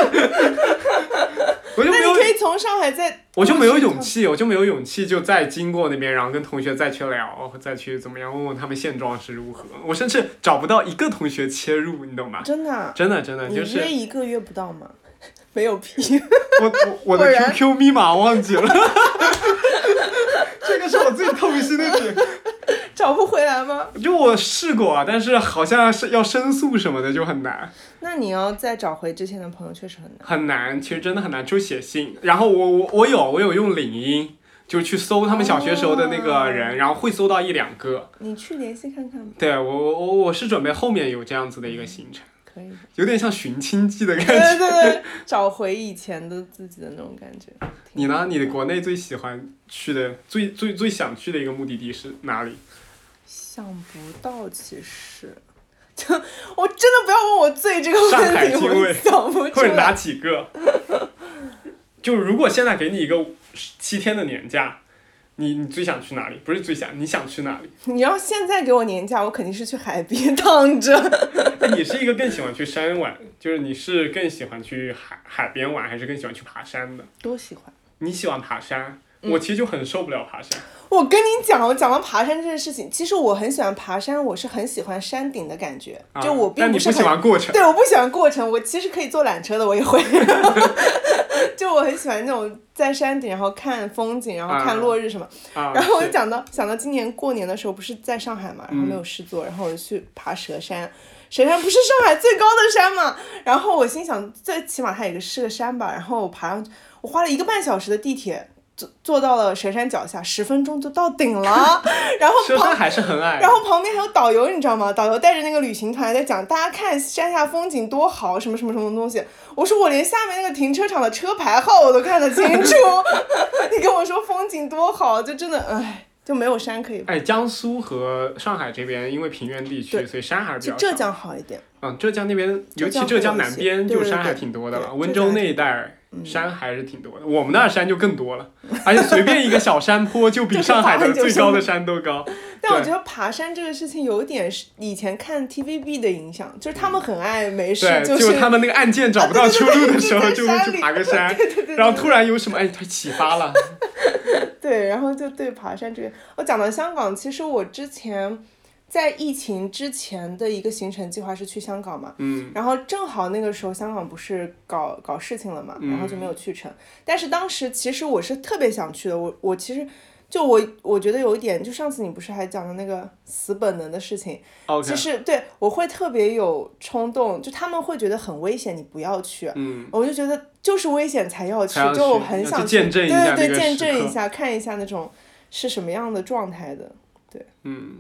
S1: 我就没
S2: 那
S1: 有
S2: 你，可以从上海再，
S1: 我就没有勇气，我就没有勇气就再经过那边，然后跟同学再去聊，再去怎么样，问问他们现状是如何。我甚至找不到一个同学切入，你懂吗？
S2: 真的啊，
S1: 真的真的
S2: 你
S1: 就是
S2: 约一个约不到吗？没有屁，
S1: 我我我
S2: 果
S1: 的
S2: 然
S1: QQ 密码忘记了， 这个是我最痛心的点。
S2: 找不回来吗？
S1: 就我试过，啊但是好像是要申诉什么的就很难，
S2: 那你要再找回之前的朋友确实很难。
S1: 很难，其实真的很难，就写信。然后我我我有我有用领英，就去搜他们小学时候的那个人，然后会搜到一两个。
S2: 你去联系看看吧，
S1: 对我我我我是准备后面有这样子的一个行程，
S2: 可以的。
S1: 有点像寻亲记的感
S2: 对
S1: 觉。
S2: 对对，找回以前的自己的那种感觉。
S1: 你呢？你的国内最喜欢去的、最最最想去的一个目的地是哪里？
S2: 想不到，其实，就我真的不要问我最这个
S1: 上海
S2: 问题，
S1: 精
S2: 我
S1: 卫
S2: 想不 出
S1: 或者
S2: 来。
S1: 哪几个？就如果现在给你一个七天的年假，你你最想去哪里？不是最想，你想去哪里？
S2: 你要现在给我年假，我肯定是去海边躺着。
S1: 哎你是一个更喜欢去山玩，就是你是更喜欢去海海边玩，还是更喜欢去爬山的？
S2: 多喜欢！
S1: 你喜欢爬山，
S2: 嗯
S1: 我其实就很受不了爬山。
S2: 我跟你讲，我讲到爬山这件事情，其实我很喜欢爬山，我是很喜欢山顶的感觉，
S1: 啊、
S2: 就我并
S1: 但你
S2: 是
S1: 喜
S2: 很
S1: 欢过程，
S2: 对，我不喜欢过程，我其实可以坐缆车的，我也会。 就我很喜欢那种在山顶，然后看风景，然后看落日什么。
S1: 啊、
S2: 然后我
S1: 是
S2: 就讲到想到今年过年的时候，不是在上海嘛，然后
S1: 嗯
S2: 没有事做，然后我就去爬蛇山。蛇山不是上海最高的山嘛？然后我心想，最起码它也是个山吧。然后我爬上去，我花了一个半小时的地铁，坐坐到了蛇山脚下，十分钟就到顶 了。然后
S1: 车
S2: 旁
S1: 山还是很矮的
S2: 然。后旁边还有导游，你知道吗？导游带着那个旅行团在讲，大家看山下风景多好，什么什么什么东西。我说我连下面那个停车场的车牌号我都看得清 楚，你跟我说风景多好，就真的唉，就没有山可以爬。
S1: 哎，江苏和上海这边因为平原地区，
S2: 对
S1: 所以山还是比
S2: 去
S1: 较少。
S2: 浙江好一点，
S1: 嗯，浙江那边，尤其
S2: 浙江
S1: 浙
S2: 会
S1: 江
S2: 有一
S1: 南
S2: 些
S1: 边，
S2: 对
S1: 就
S2: 对
S1: 山还
S2: 对
S1: 挺多的
S2: 对
S1: 了。
S2: 浙
S1: 温
S2: 江
S1: 州
S2: 还
S1: 那一带
S2: 嗯
S1: 山还是挺多的，我们那儿山就更多了，而且随便一个小山坡就比
S2: 就是
S1: 上海
S2: 爬
S1: 的
S2: 就
S1: 最
S2: 是
S1: 高的山都高。
S2: 但我
S1: 对
S2: 觉得爬山这个事情有一点是以前看 TVB 的影响，就是他们很爱没事
S1: 对，
S2: 是啊
S1: 就他们那个按键找不到出路的时候，就会去 爬个山，然后突然有什么哎，他启发了，
S2: 对，然后就对爬山这个，我讲到香港，其实我之前在疫情之前的一个行程计划是去香港嘛，
S1: 嗯，
S2: 然后正好那个时候香港不是搞搞事情了嘛，
S1: 嗯
S2: 然后就没有去成。但是当时其实我是特别想去的，我我其实就我我觉得有一点，就上次你不是还讲的那个死本能的事情，
S1: OK，
S2: 其实对我会特别有冲动，就他们会觉得很危险，你不要去。
S1: 嗯，
S2: 我就觉得就是危险才要去，
S1: 才要
S2: 就我
S1: 去
S2: 很
S1: 要
S2: 想
S1: 去见证一下那
S2: 对对
S1: 个
S2: 对，见
S1: 时
S2: 证一
S1: 刻
S2: 下，看一下那种是什么样的状态的。
S1: 嗯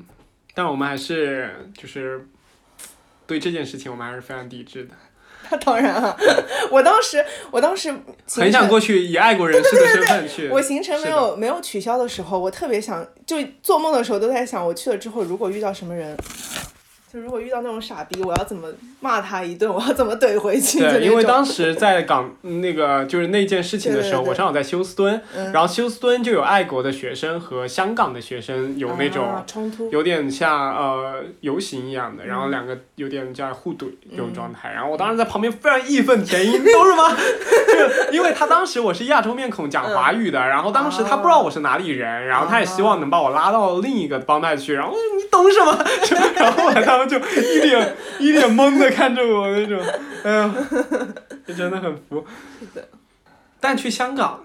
S1: 但我们还是就是对这件事情，我们还是非常抵制的，
S2: 那当然啊，我当时我当时
S1: 很
S2: 行
S1: 想
S2: 程，
S1: 过去以爱国人士的身份去，
S2: 我行程
S1: 是
S2: 没
S1: 的
S2: 有没有取消的时候，我特别想，就做梦的时候都在想，我去了之后如果遇到什么人。就如果遇到那种傻逼，我要怎么骂他一顿？我要怎么怼回去？就那
S1: 对，因为
S2: 种
S1: 当时在港嗯那个就是那件事情的时候，
S2: 对对对
S1: 我正好在休斯敦，
S2: 嗯
S1: 然后休斯敦就有爱国的学生和香港的学生有那种、
S2: 啊冲突，
S1: 有点像呃游行一样的，然后两个有点在互怼
S2: 嗯
S1: 这种状态。然后我当时在旁边非常义愤填膺， 都是吗？就是因为他当时我是亚洲面孔，讲华
S2: 嗯
S1: 语的，然后当时他不知道我是哪里人，然后他也希
S2: 哦
S1: 望能把我拉到另一个帮派去，然后我说你懂什么？ 就然后后来他们就一脸一脸懵的看着我那种，哎呀，就真的很服。
S2: 是的
S1: 但去香港。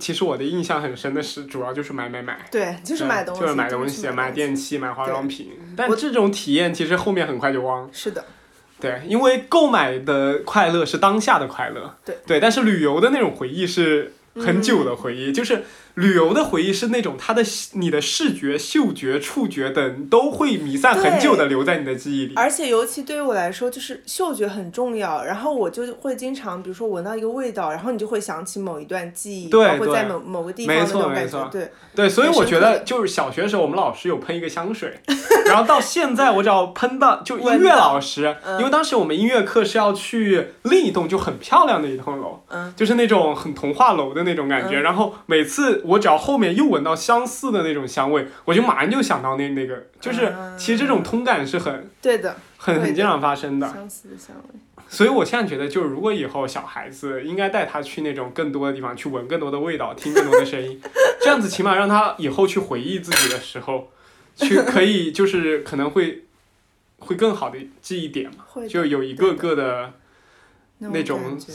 S1: 其实我的印象很深的是，主要就是买买买，
S2: 对，就是
S1: 对
S2: 买东
S1: 嗯
S2: 西，
S1: 就是买
S2: 真的
S1: 东
S2: 是
S1: 西，
S2: 买
S1: 买
S2: 东西
S1: 电器，买化
S2: 对
S1: 妆品。但
S2: 我
S1: 这种体验其实后面很快就忘了。
S2: 是的，
S1: 对，因为购买的快乐是当下的快乐。
S2: 对
S1: 但是旅游的那种回忆是很久的回
S2: 嗯
S1: 忆，就是旅游的回忆是那种它的你的视觉、嗅觉、触觉等都会弥散很久的留在你的记忆里。
S2: 而且尤其对于我来说，就是嗅觉很重要。然后我就会经常，比如说闻到一个味道，然后你就会想起某一段记忆，
S1: 对
S2: 包括在
S1: 对
S2: 某某个地方
S1: 没
S2: 的
S1: 错
S2: 那种
S1: 没
S2: 感
S1: 错
S2: 觉。对，
S1: 对，所以
S2: 很
S1: 我
S2: 深
S1: 觉
S2: 刻
S1: 得
S2: 的
S1: 就是小学时候我们老师有喷一个香水，然后到现在我只要喷到就音
S2: 闻
S1: 乐
S2: 到
S1: 老师，因为
S2: 嗯
S1: 当时我们音乐课是要去另一栋就很漂亮的一栋楼，
S2: 嗯
S1: 就是那种很童话楼的那种感觉。
S2: 嗯
S1: 然后每次我只要后面又闻到相似的那种香味，我就马上就想到那那个，就是
S2: 嗯
S1: 其实这种通感是很
S2: 对的，
S1: 很
S2: 会
S1: 很
S2: 的
S1: 经常发生的。
S2: 相似的香味。
S1: 所以我现在觉得，就是如果以后小孩子应该带他去那种更多的地方，去闻更多的味道，听更多的声音， 这样子起码让他以后去回忆自己的时候，去 可以就是可能会会更好的记忆点嘛，
S2: 会的
S1: 就有一个个的那
S2: 那
S1: 种
S2: 感觉，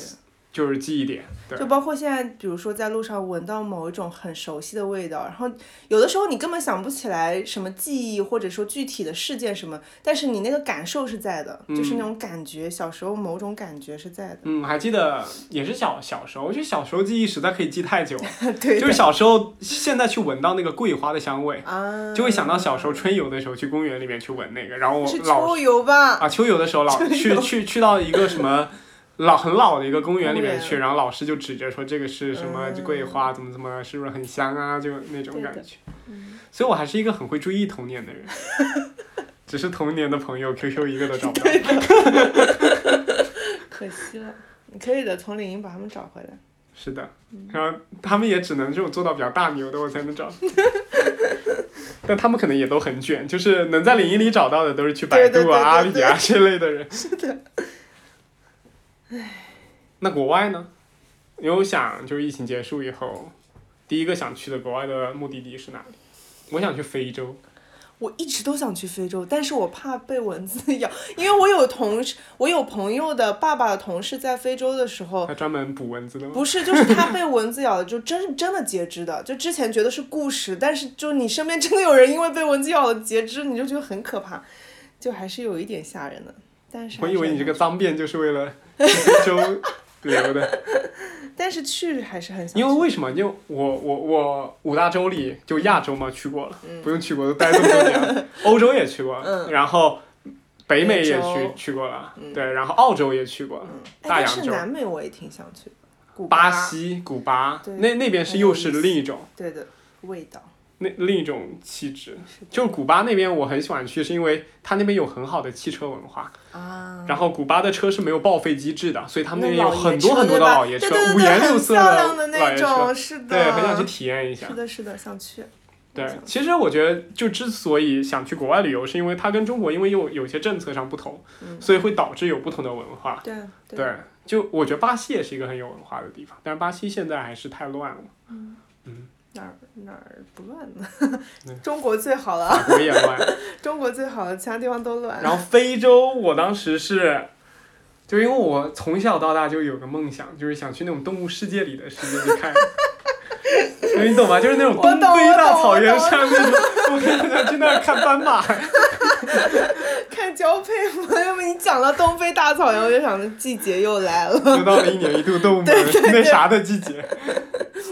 S1: 就是记忆点，对
S2: 就包括现在，比如说在路上闻到某一种很熟悉的味道，然后有的时候你根本想不起来什么记忆，或者说具体的事件什么，但是你那个感受是在的，就是那种感觉，小时候某种感觉是在
S1: 嗯，还记得也是小小时候，我觉得小时候记忆实在可以记太 久了，
S2: 的，对
S1: 就是小时候现在去闻到那个桂花的香味，
S2: 啊，
S1: 就会想到小时候春游的时候去公园里面去闻那个，然后我
S2: 是
S1: 老
S2: 秋游吧？
S1: 啊，秋游的时候老去去去到一个什么老很老的一个公园里面去，
S2: 公
S1: 然后老师就指着说这个是什么
S2: 嗯
S1: 桂花，怎么怎么，是不是很香啊？就那种
S2: 对
S1: 感
S2: 的
S1: 觉。所以我还是一个很会注意童年的人，只是童年的朋友 QQ 一个都找不到。
S2: 可惜了，你可以的，从领英把他们找回来。
S1: 是的，
S2: 嗯
S1: 然后他们也只能这种做到比较大牛的，我才能找。 但他们可能也都很卷，就是能在领英里找到的，都是去百
S2: 对对
S1: 度啊、阿
S2: 对对
S1: 里啊这类的 人。是的。那国外呢？有想就是疫情结束以后，第一个想去的国外的目的地是哪里？我想去非洲。
S2: 我一直都想去非洲，但是我怕被蚊子咬，因为我有同事，我有朋友的爸爸的同事在非洲的时候，
S1: 他专门捕蚊子的吗？
S2: 哦不是就是他被蚊子咬了，就真真的截肢的，就之前觉得是故事，但是就你身边真的有人因为被蚊子咬了截肢，你就觉得很可怕，就还是有一点吓人的。但是
S1: 我
S2: 还
S1: 以
S2: 是
S1: 为你这
S2: 很
S1: 个脏辫就是为了 去非洲留的。
S2: 但是去还是很想去，
S1: 因为为什么？因为我我我五大洲里就亚洲嘛去过了，
S2: 嗯
S1: 不用去过，都待这么多年 了。欧洲也去过，然后北美也去
S2: 美洲嗯
S1: 去过了，对，然后澳洲也去过了，
S2: 哎
S1: 大
S2: 但
S1: 洋
S2: 是
S1: 洲、
S2: 南美我也挺想去的，古
S1: 巴
S2: 巴，
S1: 西、古巴
S2: 对，
S1: 那那边是
S2: 很
S1: 又
S2: 有
S1: 是
S2: 意思
S1: 另一种
S2: 对的味道，
S1: 那另一种气质。
S2: 是的
S1: 就是古巴那边我很喜欢去，是因为它那边有很好的汽车文化，
S2: 啊，
S1: 然后古巴的车是没有报废机制的，所以他们那边有
S2: 老爷
S1: 很多
S2: 车
S1: 很多
S2: 对
S1: 的
S2: 吧
S1: 老爷车，
S2: 对对对
S1: 五颜六
S2: 很
S1: 色
S2: 漂亮
S1: 老
S2: 的那
S1: 爷车，
S2: 种，是的，
S1: 对，很想去体验一下
S2: 是。的，是的，想去。
S1: 对
S2: 想，
S1: 其实我觉得，就之所以想去国外旅游，是因为它跟中国因为有有些政策上不同，
S2: 嗯
S1: 所以会导致有不同的文化。
S2: 对啊
S1: 对，就我觉得巴西也是一个很有文化的地方，但是巴西现在还是太乱了，
S2: 哪儿哪儿不乱呢
S1: 对？
S2: 中国最好了，
S1: 法国也 乱。
S2: 中国最好了，其他地方都乱。
S1: 然后非洲，我当时是，就因为我从小到大就有个梦想，就是想去那种动物世界里的世界去 看。你懂吗？就是那种
S2: 我
S1: 东
S2: 懂
S1: 非大
S2: 我懂
S1: 草原
S2: 我懂
S1: 上那种，我很想去那儿看斑马。
S2: 看交配嘛，要不你讲到东非大草原，我就想着季节又来了。
S1: 又到了一年一度动物那啥的季节，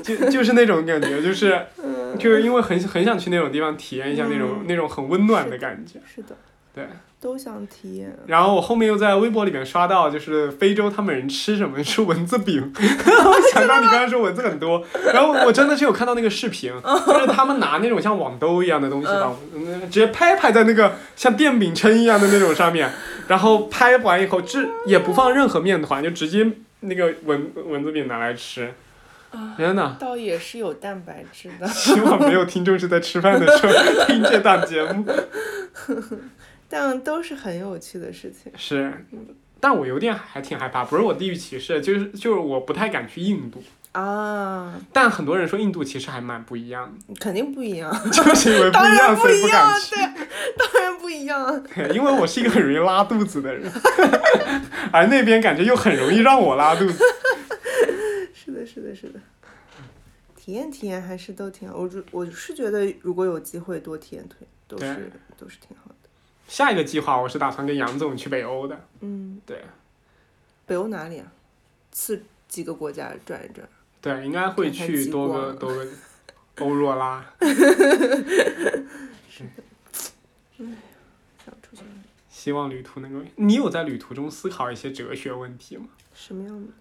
S1: 就就是那种感觉，就是就是因为很很想去那种地方体验一下那种、那种很温暖的感觉。
S2: 是的，
S1: 对，
S2: 都想体验。
S1: 然后我后面又在微博里面刷到，就是非洲他们人吃什么， 吃蚊子饼。我想到你刚才说蚊子很多，然后我真的是有看到那个视频，就是他们拿那种像网兜一样的东西把，嗯直接拍拍在那个像电饼铛一样的那种上面，然后拍完以后，这也不放任何面团，就直接那个蚊蚊子饼拿来吃。天哪！
S2: 倒也是有蛋白质的，
S1: 希望没有听众是在吃饭的时候 听这档节目。
S2: 但都是很有趣的事情。
S1: 是，但我有点还挺害怕，不是我地域歧视，就是就是我不太敢去印度。
S2: 啊，
S1: 但很多人说印度其实还蛮不一样
S2: 肯定不一样，
S1: 的， 就是因为不
S2: 当
S1: 一样，
S2: 然不
S1: 所以
S2: 一
S1: 不
S2: 样
S1: 敢，去。
S2: 对，当然不一样。啊
S1: 对， 因为我是一个很容易拉肚子的人， 而那边感觉又很容易让我拉肚子。
S2: 是的，是的，是的。体验体验还是都挺好，我就我是觉得如果有机会多体验体验都
S1: 对
S2: 是都是挺好的。
S1: 下一个计划我是打算跟杨总去北欧的，
S2: 嗯，
S1: 对
S2: 北欧哪里啊？四几个国家转一转，
S1: 对，应该会
S2: 看看
S1: 去
S2: 极
S1: 多
S2: 光
S1: 个多个欧若拉。
S2: 想出去
S1: 希望旅途能够，你有在旅途中思考一些哲学问题吗？
S2: 什么样的？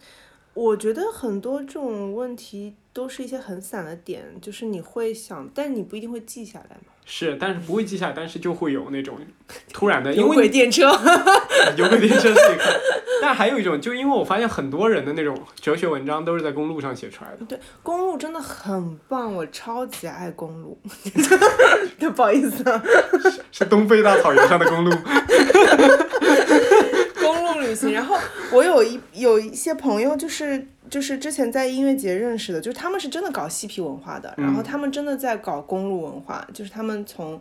S2: 我觉得很多这种问题都是一些很散的点，就是你会想，但你不一定会记下来嘛。
S1: 是，但是不会记下来，但是就会有那种突然的，因
S2: 有
S1: 为你
S2: 轨电车，
S1: 有轨电车是一个，但还有一种，就因为我发现很多人的那种哲学文章都是在公路上写出来的，
S2: 公路真的很棒，我超级爱公路。 对，不好意思啊，
S1: 是东非大草原上的公路。
S2: 公路旅行。然后我有一有一些朋友，就是就是之前在音乐节认识的，就是他们是真的搞嬉皮文化的，然后
S1: 嗯
S2: 他们真的在搞公路文化，就是他们从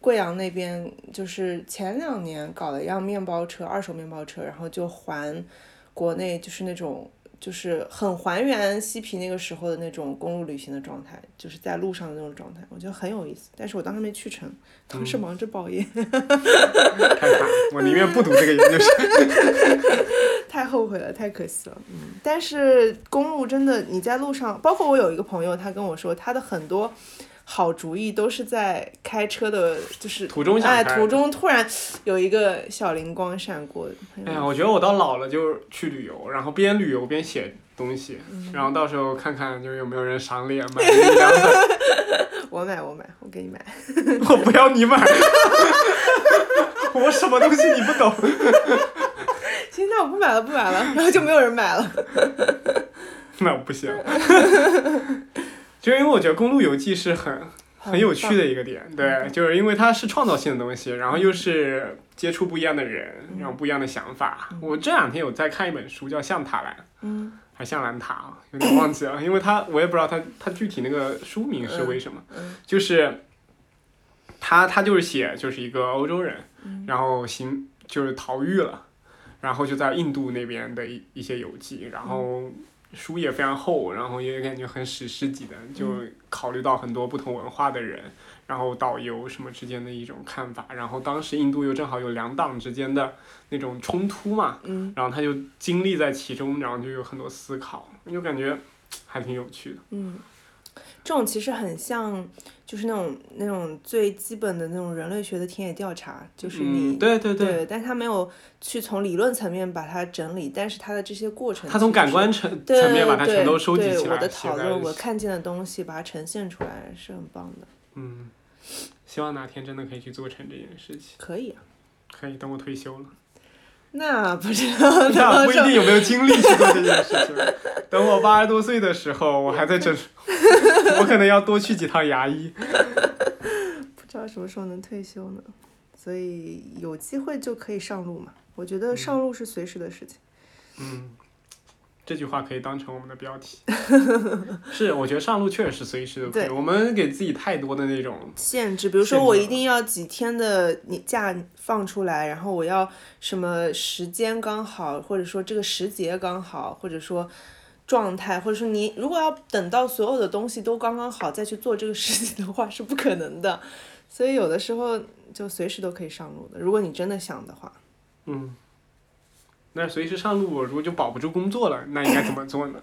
S2: 贵阳那边，就是前两年搞了一辆面包车，二手面包车，然后就还国内就是那种。就是很还原嬉皮那个时候的那种公路旅行的状态，就是在路上的那种状态，我觉得很有意思。但是我当时没去成，当时忙着保研，
S1: 看看，我宁愿不读这个研究生。
S2: 太后悔了，太可惜了。嗯，但是公路真的，你在路上，包括我有一个朋友，他跟我说，他的很多好主意都是在开车的，就是
S1: 途中想
S2: 哎，
S1: 开
S2: 途中突然有一个小灵光闪过。很有
S1: 哎
S2: 意
S1: 呀，
S2: 思
S1: 我觉得我到老了就去旅游，然后边旅游边写东西，然后到时候看看就是有没有人赏脸买一两本。
S2: 我买，我买，我给你买。
S1: 我不要你买， 我什么东西你不懂。
S2: 行，那我不买了，不买了，然后就没有人买了。
S1: 那我不行， 就是因为我觉得公路游记是很 很有趣的一个点，对，就是因为它是创造性的东西，然后又是接触不一样的人，然后不一样的想法。我这两天有在看一本书，叫《向塔兰》，
S2: 嗯
S1: 还是向兰塔啊，有点忘记了，因为它我也不知道它它具体那个书名是为什么，
S2: 嗯
S1: 就是他他就是写就是一个欧洲人，
S2: 嗯
S1: 然后行就是逃狱了，然后就在印度那边的一一些游记，然
S2: 嗯
S1: 后书也非常厚，然后也感觉很史诗级的，就
S2: 嗯
S1: 考虑到很多不同文化的人，然后导游什么之间的一种看法，然后当时印度又正好有两党之间的那种冲突嘛，
S2: 嗯
S1: 然后他就经历在其中，然后就有很多思考，就感觉还挺有趣的。
S2: 嗯，这种其实很像，就是那种那种最基本的那种人类学的田野调查，就是你、
S1: 嗯，对对对，
S2: 对，但他没有去从理论层面把它整理，但是他的这些过程，
S1: 他从感官层
S2: 对
S1: 层面把它全都收集
S2: 对
S1: 起来，
S2: 我的
S1: 写
S2: 讨
S1: 在
S2: 论，
S1: 一
S2: 我
S1: 起
S2: 看见的东西，把它呈现出来是很棒的，
S1: 嗯，希望哪天真的可以去做成这件事情。
S2: 可以啊。
S1: 可以等我退 休了，
S2: 那不知道 怎
S1: 那
S2: 么
S1: 不一定有没有精力去做这件事情。等我八十多岁的时候，我还在 整，我可能要多去几趟牙医。
S2: 不知道什么时候能退休呢，所以有机会就可以上路嘛。我觉得上路是随时的事情。
S1: 嗯，这句话可以当成我们的标 题。是，我觉得上路确实是随时都可以。
S2: 对
S1: 我们给自己太多的那种，
S2: 限制，比如
S1: 限
S2: 说
S1: 制
S2: 我
S1: 了
S2: 一定要几天的你假放出来，然后我要什么时间刚好，或者说这个时节刚好，或者说状态，或者说你如果要等到所有的东西都刚刚好再去做这个事情的话，是不可能的。所以有的时候就随时都可以上路的，如果你真的想的话。
S1: 嗯。那随时上路，我如果就保不住工 作了，那应该怎么做呢？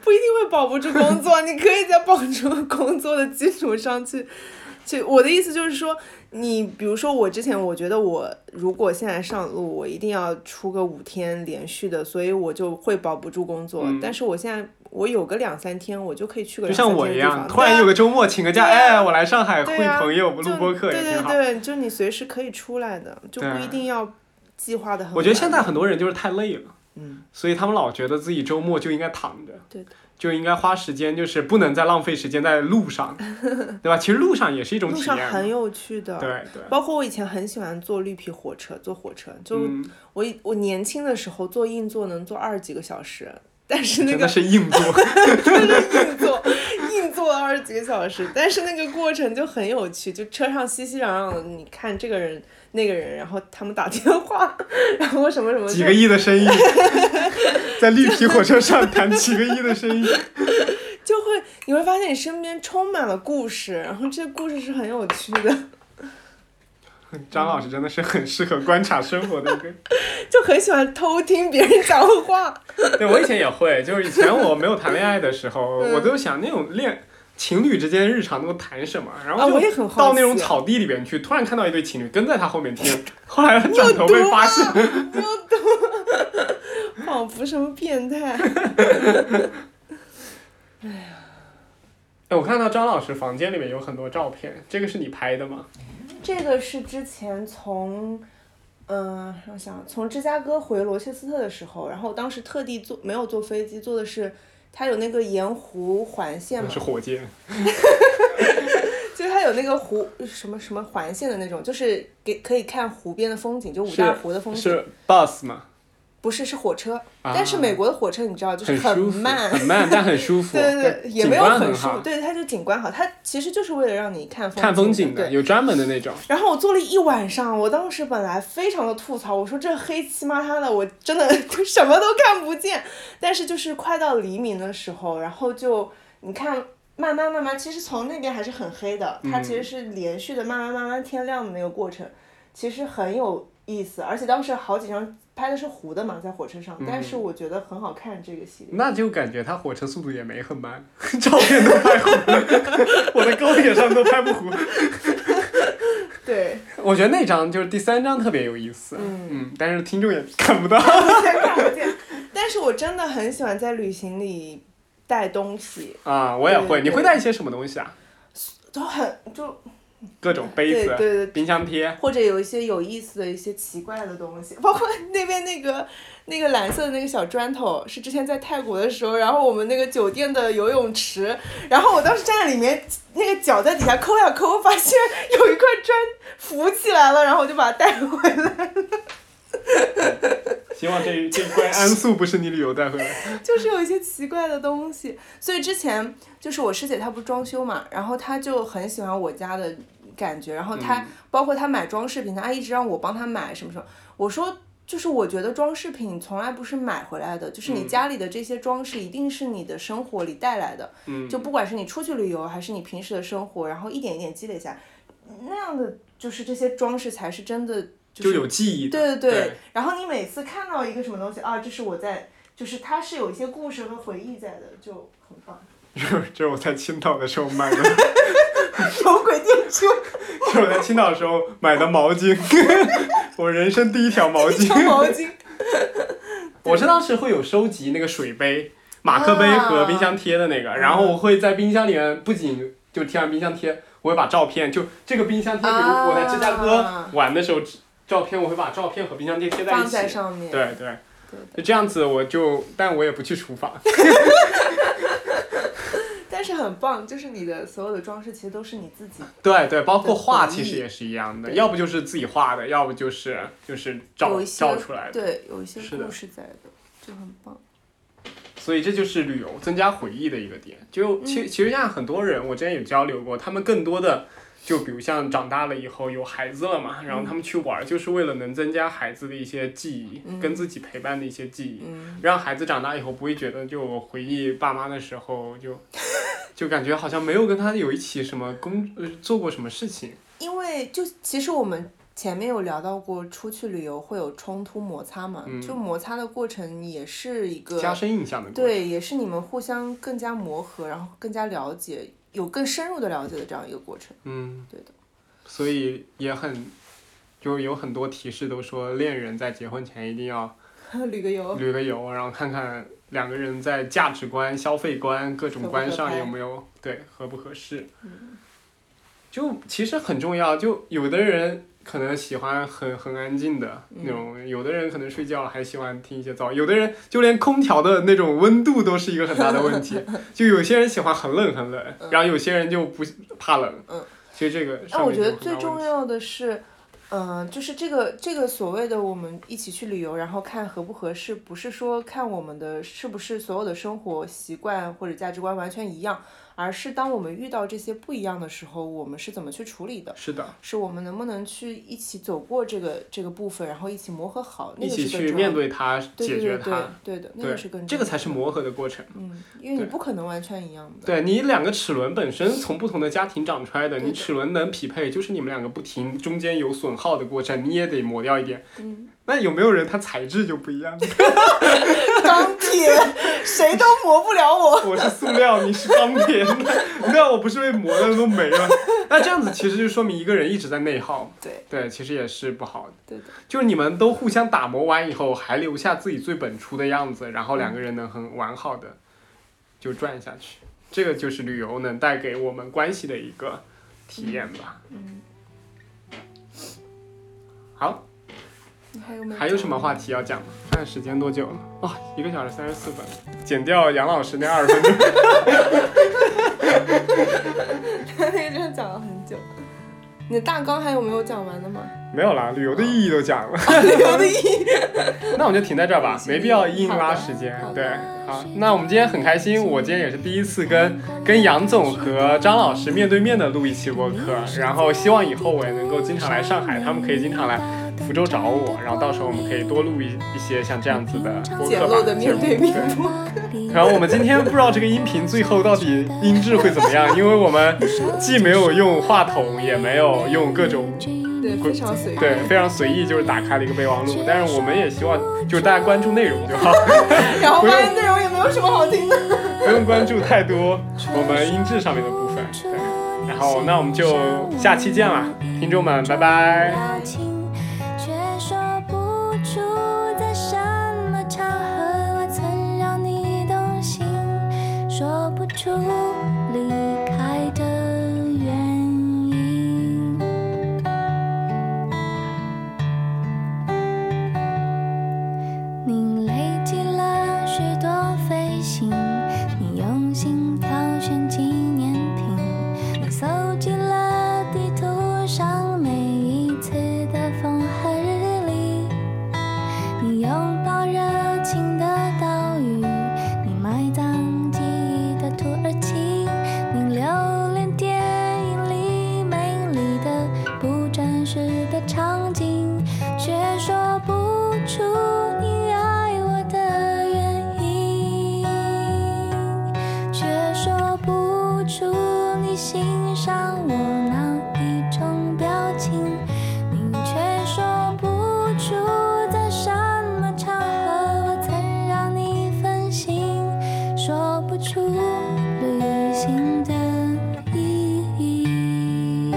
S2: 不一定会保不住工作，你可以在保住工作的基础上去。去我的意思就是说，你比如说我之前，我觉得我如果现在上路，我一定要出个五天连续的，所以我就会保不住工作。
S1: 嗯
S2: 但是我现在我有个两三天，我就可以去
S1: 就
S2: 个两三
S1: 像
S2: 天
S1: 我
S2: 的
S1: 一
S2: 地
S1: 样，
S2: 方。
S1: 突然有个周末请个假，
S2: 对啊
S1: 哎，我来上海会
S2: 对啊
S1: 朋友，录
S2: 对啊
S1: 播客
S2: 对
S1: 也
S2: 对
S1: 挺好。
S2: 对，就你随时可以出来的，就
S1: 对啊
S2: 不一定要计划的很。
S1: 我觉得现在，很多人就是太累了，
S2: 嗯，
S1: 所以他们老觉得自己周末就应该躺着，
S2: 对的
S1: 就应该花时间，就是不能再浪费时间在路 上，对吧？其实路上也是一种
S2: 路
S1: 体
S2: 上
S1: 验嘛，
S2: 很有趣的。
S1: 对对，
S2: 包括我以前很喜欢坐绿皮火车，坐火车，就
S1: 嗯，
S2: 我一我年轻的时候做硬座能做二十几个小时，但是那
S1: 真
S2: 个
S1: 的是硬 座，
S2: 硬座 硬座二十几个小时，但是那个过程就很有趣，就车上熙熙攘攘的，你看这个人那个人，然后他们打电话，然后什么什么
S1: 几个
S2: 就
S1: 亿的 生意，在绿皮火车上谈几个亿的生意，
S2: 就会你会发现你身边充满了故事，然后这些故事是很有趣的，
S1: 张老师真的是很适合观察生活的一个人。
S2: 就很喜欢偷听别人讲话。
S1: 对我以前也会，就是以前我没有谈恋爱的时候，
S2: 嗯
S1: 我都想那种恋情侣之间日常都谈什么，然
S2: 啊
S1: 后
S2: 我也
S1: 就
S2: 很好
S1: 到那种
S2: 奇
S1: 草地里边去，突然看到一对情侣跟在他后面听，后来转头被发
S2: 啊
S1: 现，
S2: 仿佛什么变态，
S1: 哎，我看到张老师房间里面有很多照片，这个是你拍的吗？
S2: 这个是之前从，嗯、让我想，从芝加哥回罗切斯特的时候，然后我当时特地坐没有坐飞机，坐的是它有那个盐湖环线
S1: 那
S2: 嘛
S1: 是，火箭，
S2: 就是它有那个湖什么什么环线的那种，就是给可以看湖边的风景，就五大湖的风景，
S1: 是 bus 吗？
S2: 不是是火车，
S1: 啊
S2: 但是美国的火车你知道就是
S1: 很舒服，
S2: 慢。
S1: 很慢，但很舒服，
S2: 对对对，也
S1: 景
S2: 没有
S1: 观
S2: 很舒
S1: 好
S2: 服，，对，它就景观好，它其实就是为了让你看风景
S1: 看风景
S2: 对
S1: 的，，有专门的那种。
S2: 然后我坐了一晚上，我当时本来非常的吐槽，我说这黑漆麻塌的，我真的 就什么都看不见。但是就是快到黎明的时候，然后就你看，慢慢慢慢，其实从那边还是很黑的，它其实是连续的慢慢慢慢天亮的那个过程，其实很有意思。而且当时好几张拍的是湖的嘛，在火车上，但是我觉得很好看这 个系列。
S1: 那就感觉他火车速度也没很慢， 照片都拍糊了， 我的高铁上都拍不 糊。
S2: 对，
S1: 我觉得那张就是第三张特别有意思，嗯但是听众也看不到。
S2: 看不见。但是我真的很喜欢在旅行里带东西。
S1: 啊，我也会，
S2: 对
S1: 你会带一些什么东西啊？
S2: 都很就
S1: 各种杯
S2: 对
S1: 子、
S2: 对对，
S1: 冰箱贴，
S2: 或者有一些有意思的一些奇怪的东西，包括那边那个那个蓝色的那个小砖头，是之前在泰国的时候，然后我们那个酒店的游泳池，然后我当时站在里面，那个脚在底下抠呀抠，发现有一块砖浮起来了，然后我就把它带回来。
S1: 希望这这一关安素不是你旅游带回来。
S2: 就是有一些奇怪的东西。所以之前就是我师姐她不是装修嘛，然后她就很喜欢我家的感觉，然后她、
S1: 嗯
S2: 包括她买装饰品，她一直让我帮她买什么什么，我说。就是我觉得装饰品从来不是买回来的，就是你
S1: 嗯
S2: 家里的这些装饰一定是你的生活里带来的，
S1: 嗯，
S2: 就不管是你出去旅游还是你平时的生活，然后一点一点积累下来，那样的就是这些装饰才是真的
S1: 就是有记忆的。
S2: 对对对，
S1: 对
S2: 然后你每次看到一个什么东西啊，这是我在，就是它是有一些故事和回忆在的，就很棒。
S1: 这是我在青岛的时候买的，
S2: 有轨电车，
S1: 这是我在青岛的时候买的毛巾， 我人生第一条毛
S2: 一条
S1: 巾。
S2: 毛巾，
S1: 我是当时会有收集那个水杯、马克杯和冰箱贴的那个，
S2: 啊
S1: 然后我会在冰箱里面不仅就贴上冰箱贴，我会把照片，就这个冰箱贴，比如我在芝加哥
S2: 啊
S1: 玩的时候，照片我会把照片和冰箱贴贴在一
S2: 放
S1: 起。
S2: 在上面。
S1: 对对，
S2: 对
S1: 就这样子，我就，但我也不去厨房。
S2: 但是很棒，就是你的所有的装饰其实都是你自己。
S1: 对对，包括
S2: 的
S1: 画
S2: 回
S1: 其实
S2: 忆
S1: 也是一样的，
S2: 对
S1: 要不就是自己画的，要不就是就是照
S2: 有一些
S1: 照出来的。
S2: 对，有一些
S1: 哎是的
S2: 故事在的，就很棒。
S1: 所以这就是旅游增加回忆的一个点。就
S2: 嗯
S1: 其实其实像很多人，我之前有交流过，他们更多的就比如像长大了以后有孩子了嘛，然后他们去玩儿，就是为了能增加孩子的一些记忆，
S2: 嗯
S1: 跟自己陪伴的一些记忆，
S2: 嗯，
S1: 让孩子长大以后不会觉得就我回忆爸妈的时候就就感觉好像没有跟他有一起什么工呃做过什么事情。
S2: 因为就其实我们。前面有聊到过，出去旅游会有冲突摩擦嘛，
S1: 嗯
S2: 就摩擦的过程也是一个
S1: 加深印象的过程。
S2: 对，也是你们互相更加磨合，然后更加了解，有更深入的了解的这样一个过程。
S1: 嗯，
S2: 对的。
S1: 所以也很，就有很多提示都说恋人在结婚前一定要
S2: 旅个游，
S1: 旅个游，然后看看两个人在价值观、消费观各种观上有没有对合不合适。
S2: 嗯
S1: 就其实很重要，就有的人可能喜欢很很安静的
S2: 嗯
S1: 那种，有的人可能睡觉还喜欢听一些噪，有的人就连空调的那种温度都是一个很大的问 题。就有些人喜欢很冷很冷，然后有些人就不怕冷。
S2: 嗯
S1: 其实这个
S2: 那
S1: 上
S2: 我
S1: 面
S2: 觉
S1: 就有
S2: 得
S1: 很大
S2: 最
S1: 问
S2: 重
S1: 题
S2: 要的是，嗯、就是这个这个所谓的我们一起去旅游，然后看合不合适，不是说看我们的是不是所有的生活习惯或者价值观完全一样，而是当我们遇到这些不一样的时候，我们是怎么去处理的。
S1: 是的，
S2: 是我们能不能去一起走过这个这个部分，然后一起磨合好，那
S1: 一
S2: 个
S1: 起
S2: 是更
S1: 去
S2: 重
S1: 面
S2: 要的
S1: 对它，
S2: 对
S1: 解决
S2: 对对
S1: 它。
S2: 对对的，那
S1: 对
S2: 个是更
S1: 这个
S2: 重
S1: 才
S2: 要
S1: 是
S2: 的
S1: 磨合的过程。
S2: 嗯，因为你
S1: 对
S2: 不可能完全一样的。
S1: 对你两个齿轮本身从不同的家庭长出来的，
S2: 对
S1: 你
S2: 的
S1: 齿轮能匹配，就是你们两个不停中间有损耗的过程，你也得磨掉一点。
S2: 嗯，
S1: 那有没有人他材质就不一样？
S2: 钢铁，谁都磨不了我。
S1: 我是塑料，你是钢铁，那那我不是被磨的都没了。那这样子其实就说明一个人一直在内耗，
S2: 对
S1: 对，其实也是不好的。
S2: 对的，
S1: 就是你们都互相打磨完以后，还留下自己最本初的样子，然后两个人能很完好的就转下去，这个就是旅游能带给我们关系的一个体验吧。
S2: 嗯，
S1: 好，
S2: 你还有没有？
S1: 还有什么？话题要讲吗？看时间多久了？哦，一个小时三十四分，减掉杨老师那二十分钟。
S2: 那个真的讲 了很久。你的大纲还有没有讲完的 吗？
S1: 没有啦，旅游的意义都讲了，
S2: 有的意义。
S1: 那我们就停在这儿吧，没必要硬拉时间
S2: 好。的
S1: 对，好，那我们今天很开心，我今天也是第一次跟跟杨总和张老师面对面的录一期播客，然后希望以后我也能够经常来上海，他们可以经常来福州找我，然后到时候我们可以多录一一些像这样子的播
S2: 简
S1: 客吧
S2: 陋的。面对面。
S1: 然后我们今天不知道这个音频最后到底音质会怎么样，因为我们既没有用话筒，也没有用各种
S2: 对，非常随 意。
S1: 对非常随意，就是打开了一个备忘录。但是我们也希望就是大家关注内容就好，
S2: 然后发现内容也没有什么好听的。
S1: 不用关注太多我们音质上面的部分。对，然后那我们就下期见啦，听众们，拜拜。
S5: 表情，却说不出在什么场合我曾让你动心，说不出离开的原因。出旅行的意义。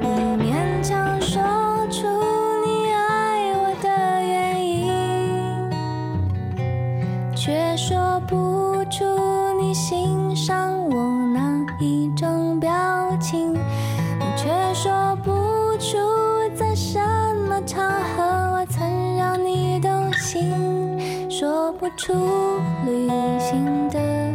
S5: 你勉强说出你爱我的原因，却说不出你欣赏我哪一种表情。你却说不出在什么场合我曾让你动心，说不出旅行的